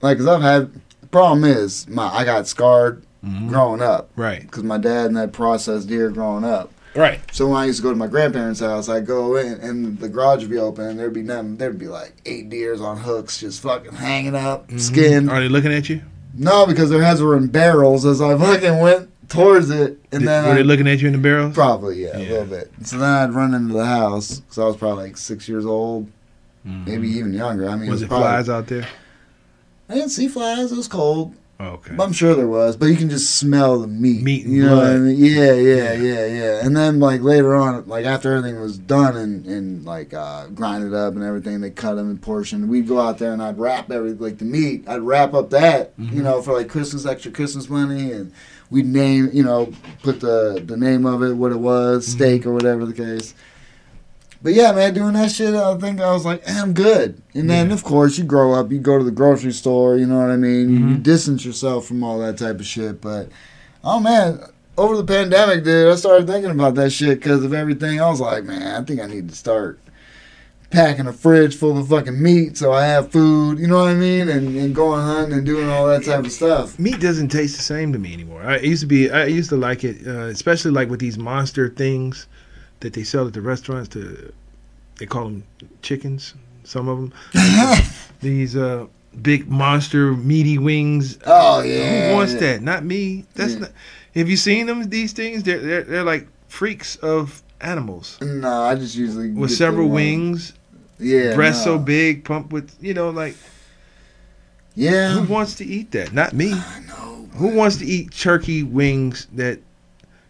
Speaker 2: Like, cause I've had. The problem is, my I got scarred growing up.
Speaker 3: Mm-hmm. Right.
Speaker 2: Cause my dad and that processed deer growing up.
Speaker 3: Right.
Speaker 2: So when I used to go to my grandparents' house, I'd go in and the garage would be open and there'd be nothing. There'd be like eight deers on hooks just fucking hanging up, skinned.
Speaker 3: Mm-hmm. Are they looking at you?
Speaker 2: No, because their heads were in barrels as I fucking went towards it. And
Speaker 3: Did-
Speaker 2: then
Speaker 3: were
Speaker 2: I-
Speaker 3: they looking at you in the barrels?
Speaker 2: Probably, yeah,
Speaker 3: Yeah.
Speaker 2: a little bit. So then I'd run into the house because I was probably like six years old, maybe even younger. I mean,
Speaker 3: Mm-hmm. Was
Speaker 2: it
Speaker 3: it
Speaker 2: probably,
Speaker 3: flies out there?
Speaker 2: I didn't see flies. It was cold.
Speaker 3: Okay.
Speaker 2: But I'm sure there was, but you can just smell the meat.
Speaker 3: Meat and
Speaker 2: you know what I
Speaker 3: blood.
Speaker 2: mean? Yeah, yeah, yeah, yeah. And then like later on, like after everything was done and and like uh, grinded up and everything, they cut them in portion. We'd go out there and I'd wrap every like the meat. I'd wrap up that
Speaker 3: Mm-hmm.
Speaker 2: you know for like Christmas extra Christmas money and. We'd name, you know, put the the name of it, what it was,
Speaker 3: Mm-hmm.
Speaker 2: steak or whatever the case. But yeah, man, doing that shit, I think I was like, eh, I'm good. And then, of course, you grow up, you go to the grocery store, you know what I mean? You
Speaker 3: Mm-hmm.
Speaker 2: distance yourself from all that type of shit. But, oh, man, over the pandemic, dude, I started thinking about that shit because of everything. I was like, man, I think I need to start packing a fridge full of fucking meat so I have food, you know what I mean? And, and going hunting and doing all that type of stuff.
Speaker 3: meat doesn't taste the same to me anymore. I it used to be, I used to like it, uh, especially like with these monster things that they sell at the restaurants. To they call them chickens. Some of
Speaker 2: Uh-huh.
Speaker 3: them, these uh, big monster meaty wings.
Speaker 2: Oh, yeah.
Speaker 3: Who wants
Speaker 2: yeah.
Speaker 3: that? Not me. That's
Speaker 2: Yeah.
Speaker 3: not. Have you seen them? These things? They're they're, they're like freaks of animals
Speaker 2: No, uh, I just usually.
Speaker 3: with
Speaker 2: get the uh,
Speaker 3: several
Speaker 2: one-
Speaker 3: wings,
Speaker 2: Yeah.
Speaker 3: breasts
Speaker 2: no.
Speaker 3: so big, pumped with you know like.
Speaker 2: Yeah.
Speaker 3: Who wants to eat that? Not me.
Speaker 2: I know.
Speaker 3: Who wants to eat turkey wings that,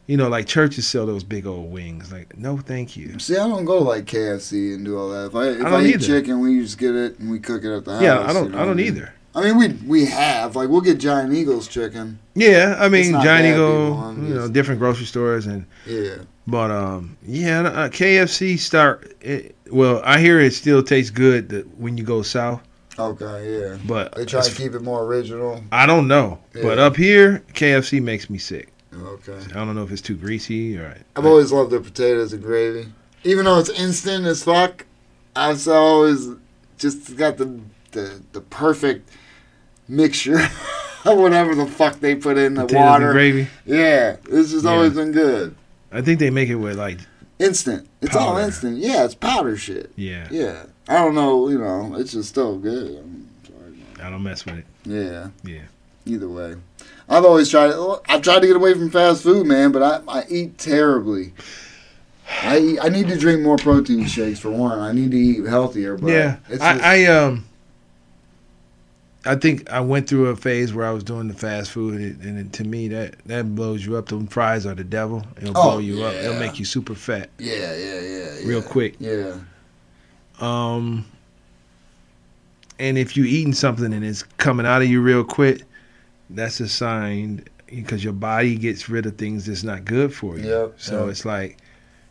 Speaker 3: you know, like churches sell those big old wings? Like, no, thank you.
Speaker 2: See, I don't go to like KFC and do all that. If I if
Speaker 3: I
Speaker 2: I,
Speaker 3: don't
Speaker 2: eat
Speaker 3: either.
Speaker 2: chicken, we just get it and we cook it at the house.
Speaker 3: yeah, I
Speaker 2: you
Speaker 3: don't.
Speaker 2: know
Speaker 3: I
Speaker 2: what
Speaker 3: don't
Speaker 2: mean?
Speaker 3: either.
Speaker 2: I mean, we we have like we'll get Giant Eagles chicken.
Speaker 3: Yeah, I mean,
Speaker 2: not
Speaker 3: Johnny
Speaker 2: bad,
Speaker 3: go,
Speaker 2: people, I'm
Speaker 3: you know,
Speaker 2: just-
Speaker 3: different grocery stores and,
Speaker 2: Yeah,
Speaker 3: but um, yeah, uh, KFC start. It, well, I hear it still tastes good that when you go south,
Speaker 2: okay, yeah.
Speaker 3: but
Speaker 2: They try to
Speaker 3: as-
Speaker 2: keep it more original.
Speaker 3: I don't know. But
Speaker 2: Yeah.
Speaker 3: up here, KFC makes me sick.
Speaker 2: Okay,
Speaker 3: I don't know if it's too greasy or.
Speaker 2: I've always loved their potatoes and gravy, even though it's instant as fuck. I've so always just got the the, the perfect mixture. of Whatever the fuck they put in the
Speaker 3: potatoes and
Speaker 2: water,
Speaker 3: gravy.
Speaker 2: yeah, it's just
Speaker 3: Yeah.
Speaker 2: always been good.
Speaker 3: I think they make it with like
Speaker 2: Instant, it's all
Speaker 3: Powder.
Speaker 2: instant. Yeah, it's powder shit.
Speaker 3: yeah.
Speaker 2: Yeah. I don't know, you know, it's just still good. I'm sorry. man.
Speaker 3: I don't mess with it.
Speaker 2: Yeah.
Speaker 3: Yeah.
Speaker 2: Either way. I've always tried I've tried to get away from fast food, man, but I, I eat terribly. I eat, I need to drink more protein shakes for one. I need to eat healthier, but
Speaker 3: yeah,
Speaker 2: it's just,
Speaker 3: I, I um, I think I went through a phase where I was doing the fast food, and, it, and it, to me that that blows you up. Them fries are the devil. It'll
Speaker 2: Oh,
Speaker 3: blow you up. It'll
Speaker 2: yeah.
Speaker 3: make you super fat
Speaker 2: yeah, yeah, yeah, yeah.
Speaker 3: real quick.
Speaker 2: Yeah.
Speaker 3: Um, and if you eating something and it's coming out of you real quick, that's a sign because your body gets rid of things that's not good for you.
Speaker 2: Yep,
Speaker 3: so
Speaker 2: yep.
Speaker 3: it's like,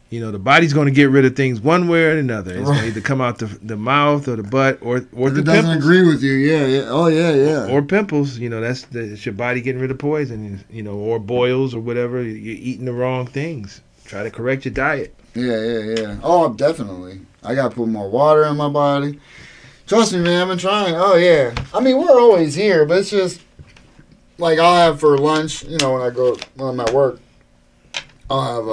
Speaker 3: you know, the body's going to get rid of things one way or another. It's going to
Speaker 2: Right.
Speaker 3: either come out the, the mouth or the butt or or
Speaker 2: If
Speaker 3: the
Speaker 2: it doesn't
Speaker 3: pimples.
Speaker 2: agree with you, yeah, yeah. Oh yeah, yeah.
Speaker 3: or pimples. You know, that's that's your body getting rid of poison. You know, or boils or whatever. You're eating the wrong things. Try to correct your diet.
Speaker 2: Yeah, yeah, yeah. Oh, definitely. I gotta put more water in my body. Trust me, man. I've been trying. Oh yeah. I mean, we're always here, but it's just like I'll have for lunch. You know, when I go when I'm at work, I'll have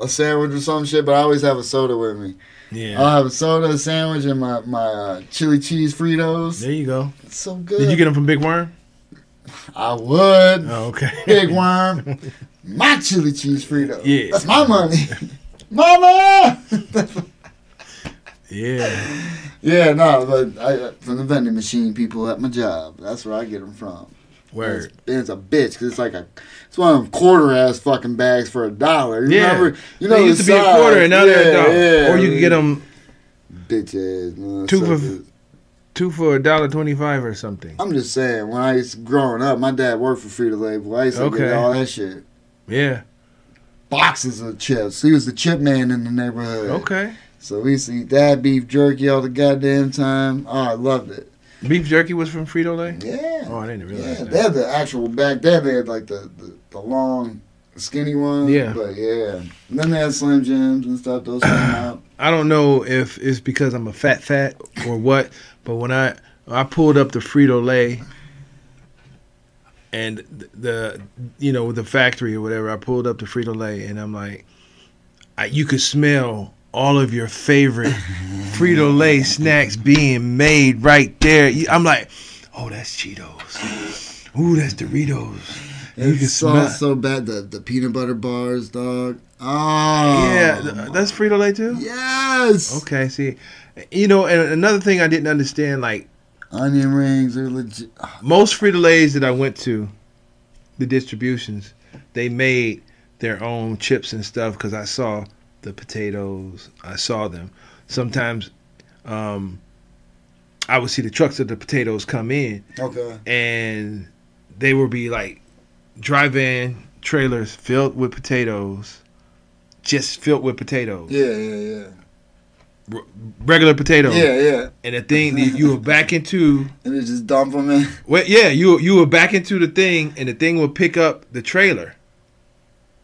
Speaker 2: a, a sandwich or some shit. But I always have a soda with me.
Speaker 3: Yeah.
Speaker 2: I'll have a soda, a sandwich, and my my uh, chili cheese Fritos.
Speaker 3: there you go.
Speaker 2: It's so good.
Speaker 3: Did you get them from Big Worm?
Speaker 2: I would.
Speaker 3: Oh, okay.
Speaker 2: Big worm. My chili cheese Fritos.
Speaker 3: Yeah.
Speaker 2: That's my money. Mama.
Speaker 3: Yeah.
Speaker 2: Yeah, no, but I, from the vending machine people at my job. That's where I get them from.
Speaker 3: Word.
Speaker 2: It's, it's a bitch because it's like a it's one of them quarter ass fucking bags for a dollar. You
Speaker 3: Yeah.
Speaker 2: remember? You know,
Speaker 3: they used
Speaker 2: the
Speaker 3: to be a quarter
Speaker 2: size.
Speaker 3: and now they're a dollar.
Speaker 2: yeah.
Speaker 3: or you can get them
Speaker 2: bitch ass. man,
Speaker 3: Two
Speaker 2: suckers.
Speaker 3: for- two for a dollar twenty-five or something.
Speaker 2: I'm just saying, when I used to, growing up, my dad worked for Free to Label. I used to
Speaker 3: Okay.
Speaker 2: get all that shit.
Speaker 3: Yeah.
Speaker 2: Boxes of chips. He was the chip man in the neighborhood.
Speaker 3: Okay.
Speaker 2: So we used to eat that beef jerky all the goddamn time. Oh, I loved it.
Speaker 3: Beef jerky was from Frito Lay.
Speaker 2: Yeah.
Speaker 3: Oh, I didn't realize
Speaker 2: yeah, they
Speaker 3: that.
Speaker 2: had the actual back then. They had like the, the, the long, skinny ones.
Speaker 3: Yeah.
Speaker 2: But yeah. And then they had Slim Jims and stuff. Those came out.
Speaker 3: I don't know if it's because I'm a fat fat or what, but when I I pulled up the Frito Lay and th- the you know with the factory or whatever, I pulled up the Frito Lay and I'm like, I, you could smell all of your favorite Frito Lay snacks being made right there. You- I'm like, oh, that's Cheetos. Ooh, that's Doritos. You
Speaker 2: It
Speaker 3: can
Speaker 2: smelled
Speaker 3: smell.
Speaker 2: so bad. The, the peanut butter bars, dog. Oh.
Speaker 3: Yeah, th- that's Frito Lay too.
Speaker 2: Yes.
Speaker 3: Okay, see, you know, and another thing I didn't understand, like.
Speaker 2: Onion rings are legit.
Speaker 3: most free delays that I went to, the distributions, they made their own chips and stuff because I saw the potatoes. I saw them. Sometimes um, I would see the trucks of the potatoes come in
Speaker 2: Okay.
Speaker 3: and they would be like drive in trailers filled with potatoes, just filled with potatoes,
Speaker 2: Yeah, yeah,
Speaker 3: regular
Speaker 2: yeah.
Speaker 3: potatoes.
Speaker 2: Yeah, yeah.
Speaker 3: And the thing that you were back into
Speaker 2: And it just dump them in.
Speaker 3: Well, yeah, you you were back into the thing, and the thing would pick up the trailer.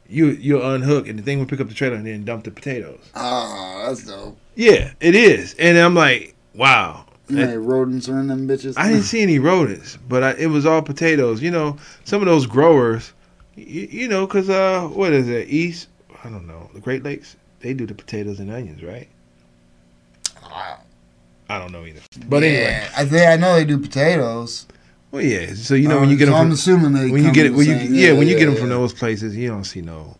Speaker 3: You you unhook, and the thing would pick up the trailer, and then dump the potatoes.
Speaker 2: Ah, that's dope.
Speaker 3: Yeah, it is, and I'm like, wow.
Speaker 2: You know, rodents are in them bitches.
Speaker 3: I didn't see any rodents, but I, it was all potatoes. You know, some of those growers, you, you know, cause uh, what is it? East, I don't know, the Great Lakes. They do the potatoes and onions, right?
Speaker 2: Ah,
Speaker 3: I don't know either. But anyway,
Speaker 2: yeah. I think I know they do potatoes.
Speaker 3: well, yeah. So you know when you get
Speaker 2: Uh, so
Speaker 3: them,
Speaker 2: I'm
Speaker 3: from,
Speaker 2: assuming they
Speaker 3: when you
Speaker 2: come
Speaker 3: get
Speaker 2: in
Speaker 3: it,
Speaker 2: the
Speaker 3: when you
Speaker 2: same-
Speaker 3: yeah, when you get them
Speaker 2: yeah,
Speaker 3: from
Speaker 2: yeah.
Speaker 3: those places, you don't see no,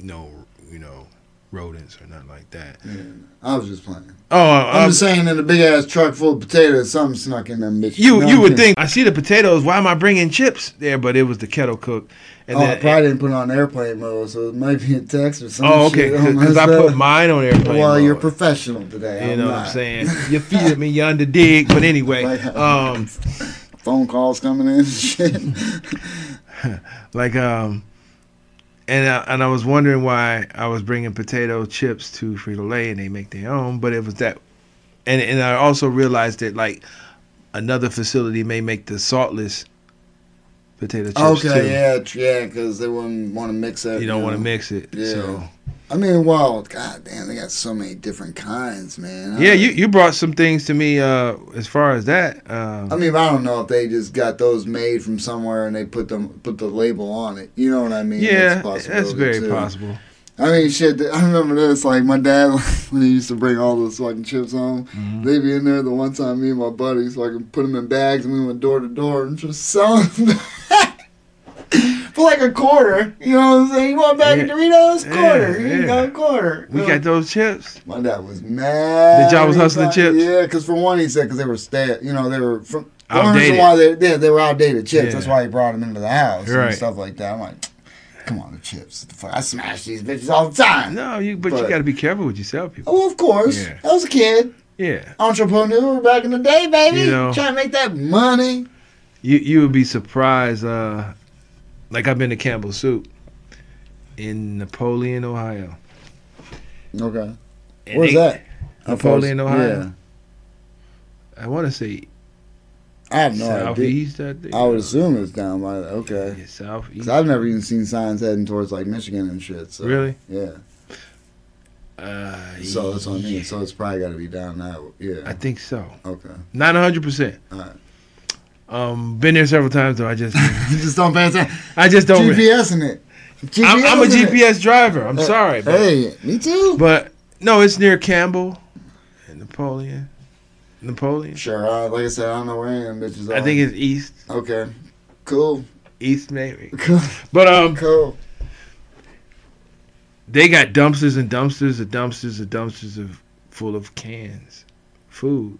Speaker 3: no, you know, rodents or nothing like that.
Speaker 2: I was just playing.
Speaker 3: Oh,
Speaker 2: I'm
Speaker 3: um,
Speaker 2: just saying, in a big ass truck full of potatoes, something snuck in them bitches.
Speaker 3: you
Speaker 2: know
Speaker 3: you
Speaker 2: what
Speaker 3: would
Speaker 2: I'm saying?
Speaker 3: think I see the potatoes. Why am I bringing chips there? But it was the kettle cook, and
Speaker 2: oh, I
Speaker 3: then
Speaker 2: probably didn't put it on airplane mode, so it might be a text or something.
Speaker 3: oh okay, because I put mine on airplane.
Speaker 2: Well, uh, you're
Speaker 3: mode.
Speaker 2: professional today.
Speaker 3: you
Speaker 2: I'm
Speaker 3: know
Speaker 2: not.
Speaker 3: what I'm saying. You feed me, you under dig. But anyway,
Speaker 2: Like-
Speaker 3: um,
Speaker 2: Phone calls coming in and shit.
Speaker 3: like um, and I, and I was wondering why I was bringing potato chips to Frito Lay, and they make their own. But it was that, and and I also realized that like another facility may make the saltless potato chips
Speaker 2: okay,
Speaker 3: too.
Speaker 2: yeah, tr- yeah, because they wouldn't want to mix it.
Speaker 3: You don't want to
Speaker 2: know.
Speaker 3: mix it.
Speaker 2: Yeah.
Speaker 3: So
Speaker 2: I mean, well, god damn, they got so many different kinds, man. I-
Speaker 3: yeah, you you brought some things to me uh as far as that.
Speaker 2: I
Speaker 3: Um,
Speaker 2: mean, I don't know if they just got those made from somewhere and they put them put the label on it. You know what I mean?
Speaker 3: yeah,
Speaker 2: It's a
Speaker 3: that's very
Speaker 2: possibility, too.
Speaker 3: possible.
Speaker 2: I mean, shit. th- I remember this. Like my dad, when he used to bring all those fucking chips home,
Speaker 3: Mm-hmm.
Speaker 2: they'd be in there. The one time, me and my buddies fucking put them in bags, and we went door to door and just selling them for like a quarter. You know what I'm saying? You want a bag of
Speaker 3: Yeah.
Speaker 2: Doritos? Quarter.
Speaker 3: Yeah,
Speaker 2: Here you
Speaker 3: yeah.
Speaker 2: go, quarter.
Speaker 3: We got those chips.
Speaker 2: My dad was mad.
Speaker 3: That y'all was hustling
Speaker 2: He thought-
Speaker 3: chips?
Speaker 2: Yeah, because for one, he said because they were stale. You know, they were from. the only
Speaker 3: Outdated.
Speaker 2: reason why they yeah, they were outdated chips. That's
Speaker 3: Yeah.
Speaker 2: why he brought them into the house
Speaker 3: Right.
Speaker 2: and stuff like that. I'm like, come on, the chips. What the fuck? I smash these bitches all the time.
Speaker 3: No, you but, you
Speaker 2: But-
Speaker 3: got to be careful with yourself, people.
Speaker 2: Oh, of course.
Speaker 3: Yeah.
Speaker 2: I was a kid,
Speaker 3: Yeah,
Speaker 2: entrepreneur back in the day, baby.
Speaker 3: You know.
Speaker 2: Trying to make that money.
Speaker 3: you you would be surprised. Uh, like I've been to Campbell's Soup in Napoleon, Ohio.
Speaker 2: Okay,
Speaker 3: And
Speaker 2: where's
Speaker 3: they-
Speaker 2: that?
Speaker 3: Napoleon,
Speaker 2: Of course.
Speaker 3: Ohio.
Speaker 2: Yeah.
Speaker 3: I want to say
Speaker 2: I have no idea.
Speaker 3: southeast. I, think.
Speaker 2: I would assume it's down by okay.
Speaker 3: Yeah, southeast.
Speaker 2: Cause I've never even seen signs heading towards like Michigan and shit. So,
Speaker 3: Really?
Speaker 2: Yeah.
Speaker 3: Uh,
Speaker 2: So that's what I mean. So it's probably got to be down that. way.
Speaker 3: I
Speaker 2: Yeah.
Speaker 3: think so.
Speaker 2: Okay.
Speaker 3: Not hundred percent.
Speaker 2: Alright.
Speaker 3: Um, been there several times though. I just
Speaker 2: You just don't pay attention.
Speaker 3: I just don't. re-
Speaker 2: GPS in it. GPS
Speaker 3: I'm, I'm a
Speaker 2: in it.
Speaker 3: GPS driver. I'm sorry, but,
Speaker 2: Hey, me too.
Speaker 3: but no, it's near Campbell and Napoleon. Napoleon.
Speaker 2: Sure. Uh, like I said, I don't know where any of them bitches are.
Speaker 3: I think it's east,
Speaker 2: Okay. Cool.
Speaker 3: east maybe.
Speaker 2: Cool.
Speaker 3: But um,
Speaker 2: Cool.
Speaker 3: they got dumpsters and dumpsters and dumpsters and dumpsters of full of cans, food,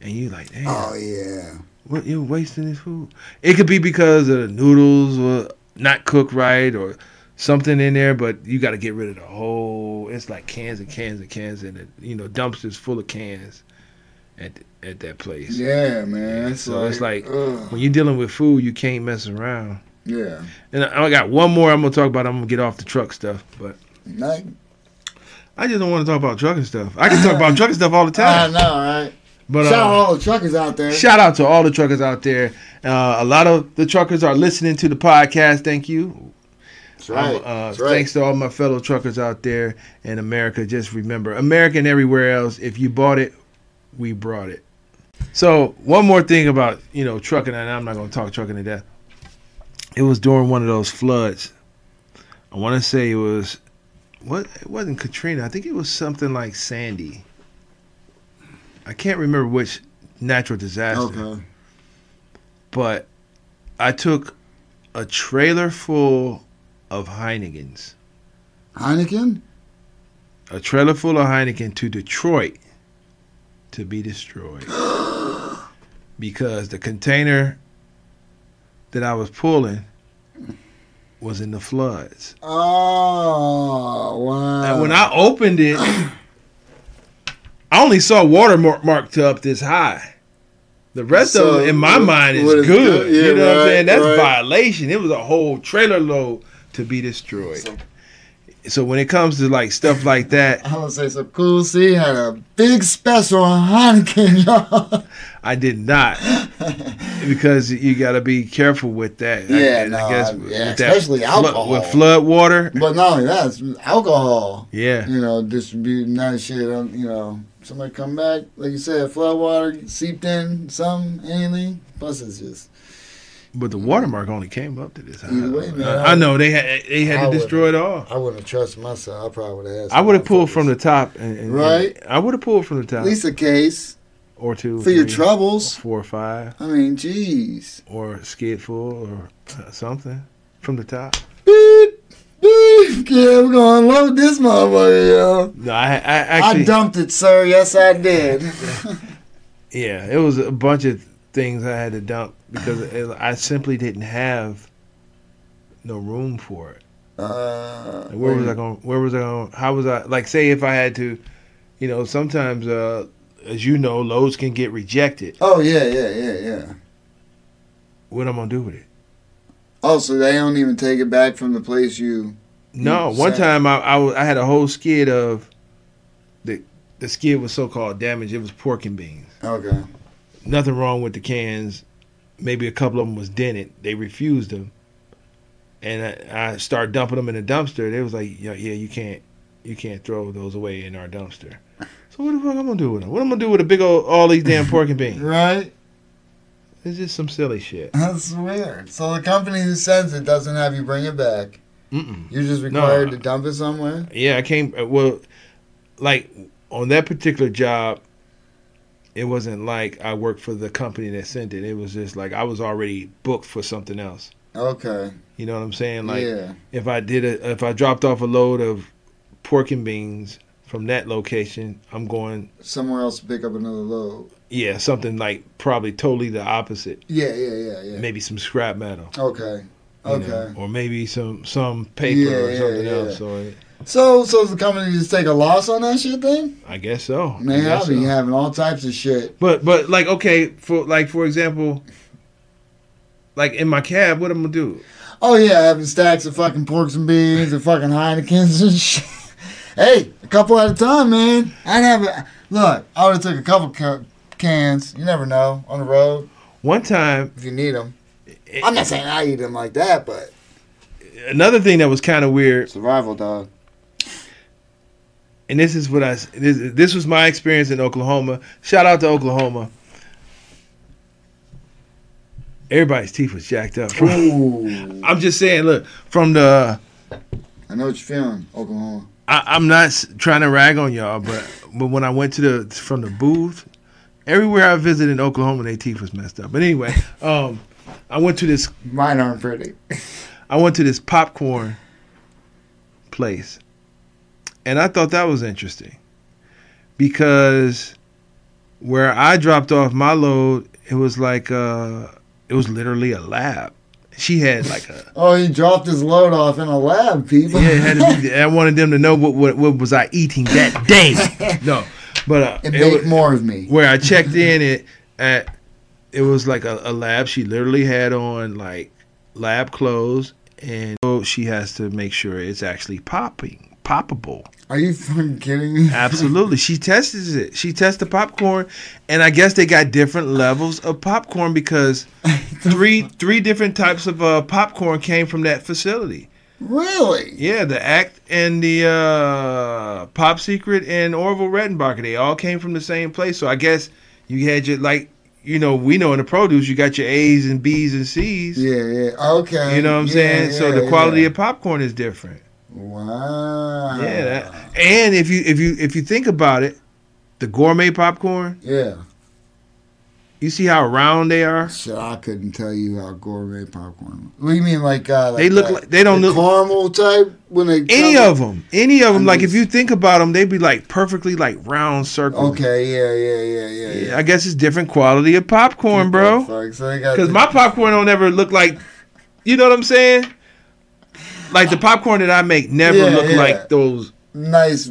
Speaker 3: and you like, damn,
Speaker 2: Oh yeah.
Speaker 3: What you're wasting this food? It could be because the noodles were not cooked right or something in there, but you got to get rid of the whole. It's like cans and cans and cans, and it, you know dumpsters full of cans at at that place.
Speaker 2: Yeah, man. It's
Speaker 3: So
Speaker 2: like,
Speaker 3: it's like
Speaker 2: ugh.
Speaker 3: when you're dealing with food, you can't mess around.
Speaker 2: yeah.
Speaker 3: And I I got one more I'm gonna talk about. I'm gonna get off the truck stuff, but
Speaker 2: Like,
Speaker 3: I just don't want to talk about trucking stuff. I can talk about trucking stuff all the
Speaker 2: I
Speaker 3: time.
Speaker 2: know, right?
Speaker 3: But
Speaker 2: Uh, Shout out
Speaker 3: uh,
Speaker 2: all the truckers out there.
Speaker 3: shout out to all the truckers out there. Uh, a lot of the truckers are listening to the podcast. Thank you.
Speaker 2: That's right.
Speaker 3: Um, uh,
Speaker 2: That's right.
Speaker 3: Thanks to all my fellow truckers out there in America. Just remember, America and everywhere else. If you bought it, we brought it. So one more thing about you know trucking, and I'm not gonna talk trucking to death. It was during one of those floods. I want to say it was what it wasn't Katrina. I think it was something like Sandy. I can't remember which natural disaster
Speaker 2: Okay.
Speaker 3: but I took a trailer full of Heineken's,
Speaker 2: Heineken?
Speaker 3: a trailer full of Heineken to Detroit to be destroyed because the container that I was pulling was in the floods.
Speaker 2: Oh, wow.
Speaker 3: And when I opened it, I only saw water mar- marked up this high. The rest
Speaker 2: So,
Speaker 3: of it, in my
Speaker 2: what-
Speaker 3: mind, is
Speaker 2: what
Speaker 3: good.
Speaker 2: is good? Yeah,
Speaker 3: you know what I'm
Speaker 2: right,
Speaker 3: saying? That's
Speaker 2: right.
Speaker 3: violation. It was a whole trailer load to be destroyed. So, when it comes to like stuff like that,
Speaker 2: I want to say some cool. See, had a big special on Heineken, y'all.
Speaker 3: I did not because you got to be careful with that. I-
Speaker 2: Yeah,
Speaker 3: and I,
Speaker 2: no,
Speaker 3: guess
Speaker 2: I-
Speaker 3: with
Speaker 2: yeah,
Speaker 3: that
Speaker 2: especially
Speaker 3: flo-
Speaker 2: alcohol.
Speaker 3: with flood water.
Speaker 2: But not only that, it's alcohol.
Speaker 3: Yeah,
Speaker 2: You know, distributing that shit. On, you know, somebody come back, like you said, flood water seeped in, some anything. Plus, it's just
Speaker 3: but the watermark only came up to this high.
Speaker 2: Either way, man,
Speaker 3: I, I know they had they had
Speaker 2: I
Speaker 3: to
Speaker 2: would've-
Speaker 3: destroy it all.
Speaker 2: I wouldn't trust myself. I probably would have. asked
Speaker 3: I would have pulled
Speaker 2: motherfuckers.
Speaker 3: from the top, and, and-
Speaker 2: Right.
Speaker 3: and I would have pulled from the top,
Speaker 2: At least a case
Speaker 3: or two,
Speaker 2: for your
Speaker 3: three,
Speaker 2: troubles.
Speaker 3: four or five,
Speaker 2: I mean, jeez.
Speaker 3: or skid full, or uh, something from the top.
Speaker 2: Beep, beep. Yeah, we're gonna load this motherfucker, yo.
Speaker 3: No, I, I actually,
Speaker 2: I dumped it, sir. Yes, I did.
Speaker 3: yeah, it was a bunch of things I had to dump because it, I simply didn't have no room for it.
Speaker 2: Uh,
Speaker 3: Like, where was I going? Where was I going? How was I? Like, say if I had to, you know, sometimes, uh, as you know, loads can get rejected.
Speaker 2: Oh yeah, yeah, yeah, yeah.
Speaker 3: What am I gonna do with it?
Speaker 2: Oh, so they don't even take it back from the place you.
Speaker 3: No,
Speaker 2: Mm,
Speaker 3: one
Speaker 2: sad.
Speaker 3: time I, I was- I had a whole skid of the the skid was so called damaged. It was pork and beans.
Speaker 2: Okay.
Speaker 3: Nothing wrong with the cans. Maybe a couple of them was dented. They refused them, and I, I started dumping them in the dumpster. They was like, yeah, yeah, you can't you can't throw those away in our dumpster. So what the fuck I'm gonna do with them? What I'm gonna do with a big old all these damn pork and beans?
Speaker 2: Right.
Speaker 3: It's just some silly shit.
Speaker 2: That's weird. So the company who sends it doesn't have you bring it back.
Speaker 3: Mm-mm.
Speaker 2: You're just
Speaker 3: No,
Speaker 2: required
Speaker 3: I-
Speaker 2: to dump it somewhere.
Speaker 3: Yeah, I came. uh, Well, like on that particular job, it wasn't like I worked for the company that sent it. It was just like I was already booked for something else.
Speaker 2: Okay.
Speaker 3: You know what I'm saying? Like
Speaker 2: yeah.
Speaker 3: if I did a, if I dropped off a load of pork and beans from that location, I'm going
Speaker 2: Somewhere else to pick up another load.
Speaker 3: yeah something like probably totally the opposite.
Speaker 2: Yeah, yeah, yeah, yeah.
Speaker 3: Maybe some scrap metal.
Speaker 2: Okay.
Speaker 3: you
Speaker 2: Okay.
Speaker 3: know, or maybe some some paper or
Speaker 2: Yeah,
Speaker 3: something
Speaker 2: yeah,
Speaker 3: else. Or
Speaker 2: So, so the company just take a loss on that shit then?
Speaker 3: I guess so. I
Speaker 2: Man,
Speaker 3: guess
Speaker 2: I'll be
Speaker 3: so.
Speaker 2: having all types of shit.
Speaker 3: But but like okay for like for example, like in my cab, what I'm gonna do?
Speaker 2: Oh yeah, having stacks of fucking porks and beans and fucking Heinekens and shit. hey, a couple at a time, man. I'd have a look. I would have took a couple ca- cans. You never know on the road
Speaker 3: One time,
Speaker 2: if you need them.
Speaker 3: it-
Speaker 2: I'm not saying I eat them like that, but
Speaker 3: another thing that was kind of weird,
Speaker 2: survival, dog.
Speaker 3: and this is what I s- this, this was my experience in Oklahoma. Shout out to Oklahoma. Everybody's teeth was jacked up.
Speaker 2: Ooh,
Speaker 3: I'm just saying, look from the
Speaker 2: I know what you're feeling, Oklahoma.
Speaker 3: I, I'm not s- trying to rag on y'all, but but when I went to the from the booth, everywhere I visited in Oklahoma, their teeth was messed up. But anyway, um, I went to this
Speaker 2: Mine aren't pretty.
Speaker 3: I went to this popcorn place, and I thought that was interesting because where I dropped off my load it was like uh it was literally a lab. She had like a
Speaker 2: Oh, he dropped his load off in a lab, people.
Speaker 3: yeah. It had to be, I wanted them to know what what, what was I eating that day. No, but uh,
Speaker 2: and
Speaker 3: it
Speaker 2: make
Speaker 3: was-
Speaker 2: more of me.
Speaker 3: where I checked in it at it was like a, a lab. She literally had on like lab clothes, and so she has to make sure it's actually popping, poppable.
Speaker 2: Are you fucking kidding me?
Speaker 3: Absolutely. She tested it. She tested popcorn, and I guess they got different levels of popcorn because three three different types of uh, popcorn came from that facility.
Speaker 2: Really?
Speaker 3: Yeah, the Act and the uh, Pop Secret and Orville Redenbacher, they all came from the same place. So I guess you had your like, you know, we know in the produce you got your A's and B's and C's.
Speaker 2: Yeah, yeah. Okay.
Speaker 3: You know what I'm
Speaker 2: Yeah,
Speaker 3: saying? so
Speaker 2: yeah,
Speaker 3: the quality
Speaker 2: yeah.
Speaker 3: of popcorn is different.
Speaker 2: Wow.
Speaker 3: Yeah, that, and if you if you if you think about it, the gourmet popcorn,
Speaker 2: Yeah.
Speaker 3: you see how round they are.
Speaker 2: Shit, I couldn't tell you how gourmet popcorn. What do you mean, like, uh, like
Speaker 3: They look
Speaker 2: that-
Speaker 3: like- they don't
Speaker 2: the
Speaker 3: look-
Speaker 2: caramel type when they
Speaker 3: Any
Speaker 2: come-
Speaker 3: of them, any of them.
Speaker 2: I'm
Speaker 3: Like if
Speaker 2: just-
Speaker 3: you think about them, they'd be like perfectly like round circles.
Speaker 2: Okay, yeah, yeah, yeah, yeah.
Speaker 3: Yeah, I guess it's different quality of popcorn, bro.
Speaker 2: Fuck, so they got
Speaker 3: Because
Speaker 2: the-
Speaker 3: my popcorn don't ever look like, you know what I'm saying? Like the popcorn that I make never
Speaker 2: Yeah,
Speaker 3: look
Speaker 2: yeah.
Speaker 3: like those.
Speaker 2: nice,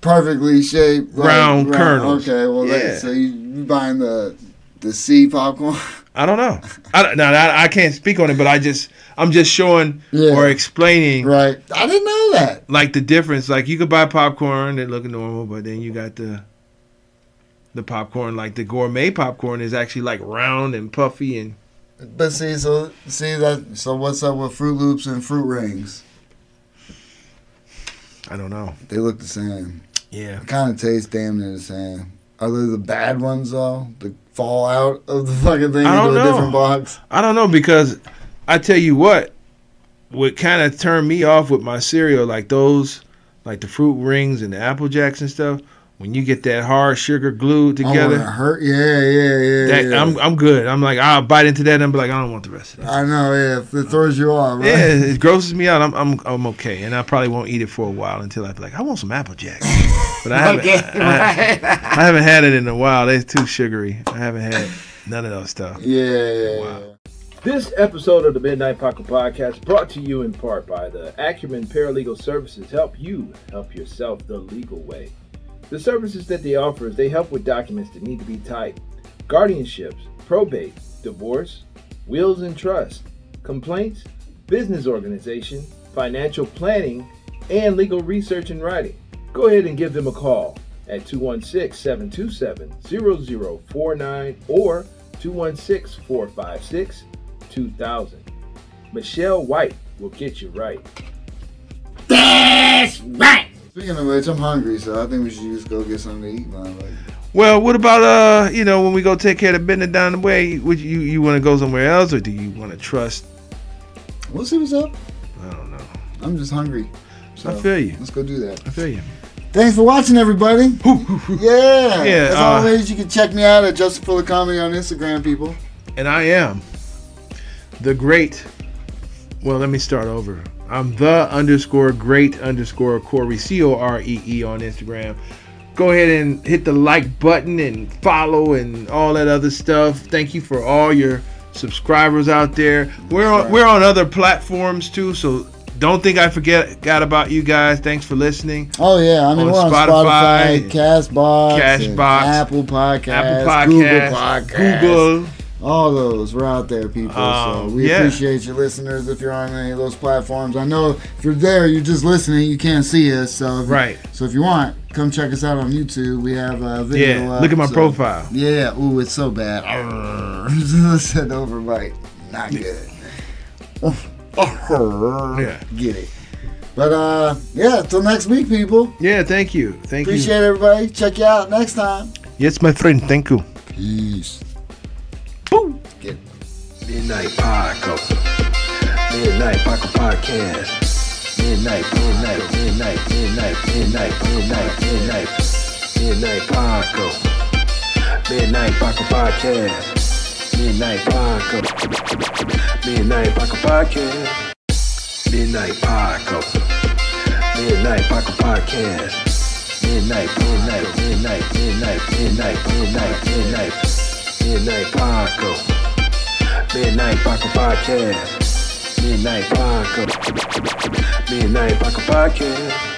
Speaker 2: perfectly shaped like,
Speaker 3: Round kernels.
Speaker 2: Okay, well, that-
Speaker 3: Yeah.
Speaker 2: so you, you buying the the sea popcorn?
Speaker 3: I don't know. I don't- now I, I can't speak on it, but I just I'm just showing
Speaker 2: Yeah.
Speaker 3: or explaining
Speaker 2: right. I didn't know that.
Speaker 3: like the difference. Like you could buy popcorn that look normal, but then you got the the popcorn like the gourmet popcorn is actually like round and puffy and
Speaker 2: But see, so see that. So what's up with Fruit Loops and Fruit Rings?
Speaker 3: I don't know.
Speaker 2: They look the same.
Speaker 3: Yeah,
Speaker 2: Kind of taste damn near the same. Are they the bad ones though? The fallout of the fucking thing
Speaker 3: I don't
Speaker 2: into a
Speaker 3: know.
Speaker 2: different box.
Speaker 3: I don't know because I tell you what, what kind of turned me off with my cereal, like those, like the fruit rings and the apple jacks and stuff. When you get that hard sugar glued
Speaker 2: I want
Speaker 3: together,
Speaker 2: to hurt. Yeah, Oh, yeah, yeah.
Speaker 3: that
Speaker 2: yeah.
Speaker 3: I'm I'm good. I'm like I'll bite into that and be like I don't want the rest of that.
Speaker 2: I know. Yeah, it throws you off. Right?
Speaker 3: Yeah, it grosses me out. I'm, I'm I'm okay, and I probably won't eat it for a while until I be like I want some apple jacks. But I haven't
Speaker 2: Okay,
Speaker 3: I,
Speaker 2: right.
Speaker 3: I haven't had it in a while. They're too sugary. I haven't had none of those stuff.
Speaker 2: Yeah, yeah,
Speaker 3: Wow.
Speaker 2: yeah.
Speaker 4: This episode of the Midnight Pocket Podcast brought to you in part by the Acumen Paralegal Services help you help yourself the legal way. The services that they offer is they help with documents that need to be typed, guardianships, probate, divorce, wills and trust, complaints, business organization, financial planning, and legal research and writing. Go ahead and give them a call at 216 727 0049 or 216 456 2000. Michelle White will get you right.
Speaker 2: Speaking of which, I'm hungry, so I think we should just go get something to eat, man. Like,
Speaker 3: Well, what about uh, you know, when we go take care of the business down the way, would you you want to go somewhere else, or do you want to trust?
Speaker 2: we'll see what's up.
Speaker 3: I don't know.
Speaker 2: I'm just hungry. So
Speaker 3: I feel you.
Speaker 2: Let's go do that.
Speaker 3: I feel you.
Speaker 2: Thanks for watching, everybody.
Speaker 3: Yeah,
Speaker 2: Yeah. As
Speaker 3: uh,
Speaker 2: always, you can check me out at Justin Fuller Comedy on Instagram, people.
Speaker 3: And I am the great. Well, let me start over. I'm the underscore great underscore Corey C O R E E on Instagram. Go ahead and hit the like button and follow and all that other stuff. Thank you for all your subscribers out there. We're on, we're on other platforms too, so don't think I forget got about you guys. Thanks for listening.
Speaker 2: Oh yeah, I mean
Speaker 3: On
Speaker 2: we're on
Speaker 3: Spotify,
Speaker 2: Spotify, Castbox, and
Speaker 3: Cashbox,
Speaker 2: Apple Podcasts,
Speaker 3: Apple Podcasts,
Speaker 2: Google Podcasts,
Speaker 3: Google.
Speaker 2: all those. We're out there, people.
Speaker 3: Um,
Speaker 2: so we
Speaker 3: yeah.
Speaker 2: appreciate you, listeners. If you're on any of those platforms, I know if you're there, you're just listening. You can't see us, so if-
Speaker 3: Right.
Speaker 2: So if you want, come check us out on YouTube. We have a video.
Speaker 3: Yeah,
Speaker 2: up,
Speaker 3: look at my
Speaker 2: so-
Speaker 3: profile.
Speaker 2: Yeah, ooh, it's so bad. Said overbite. Not good.
Speaker 3: Yeah.
Speaker 2: Get it. But uh yeah, till next week, people.
Speaker 3: Yeah, thank you. Thank
Speaker 2: Appreciate everybody. Check you out next time.
Speaker 3: you. Yes, my friend. Thank you.
Speaker 2: Peace.
Speaker 5: Midnight Paco. Midnight Paco Podcast. Midnight, midnight, midnight, midnight, midnight, midnight, midnight. Midnight Paco. Midnight Paco Podcast. Midnight Paco. Midnight Paco Podcast. Midnight Paco. Midnight Paco Podcast. Midnight, midnight, midnight, midnight, midnight, midnight, midnight. Midnight Paco. Midnight Paco Podcast. Midnight Paco. Midnight Paco Podcast.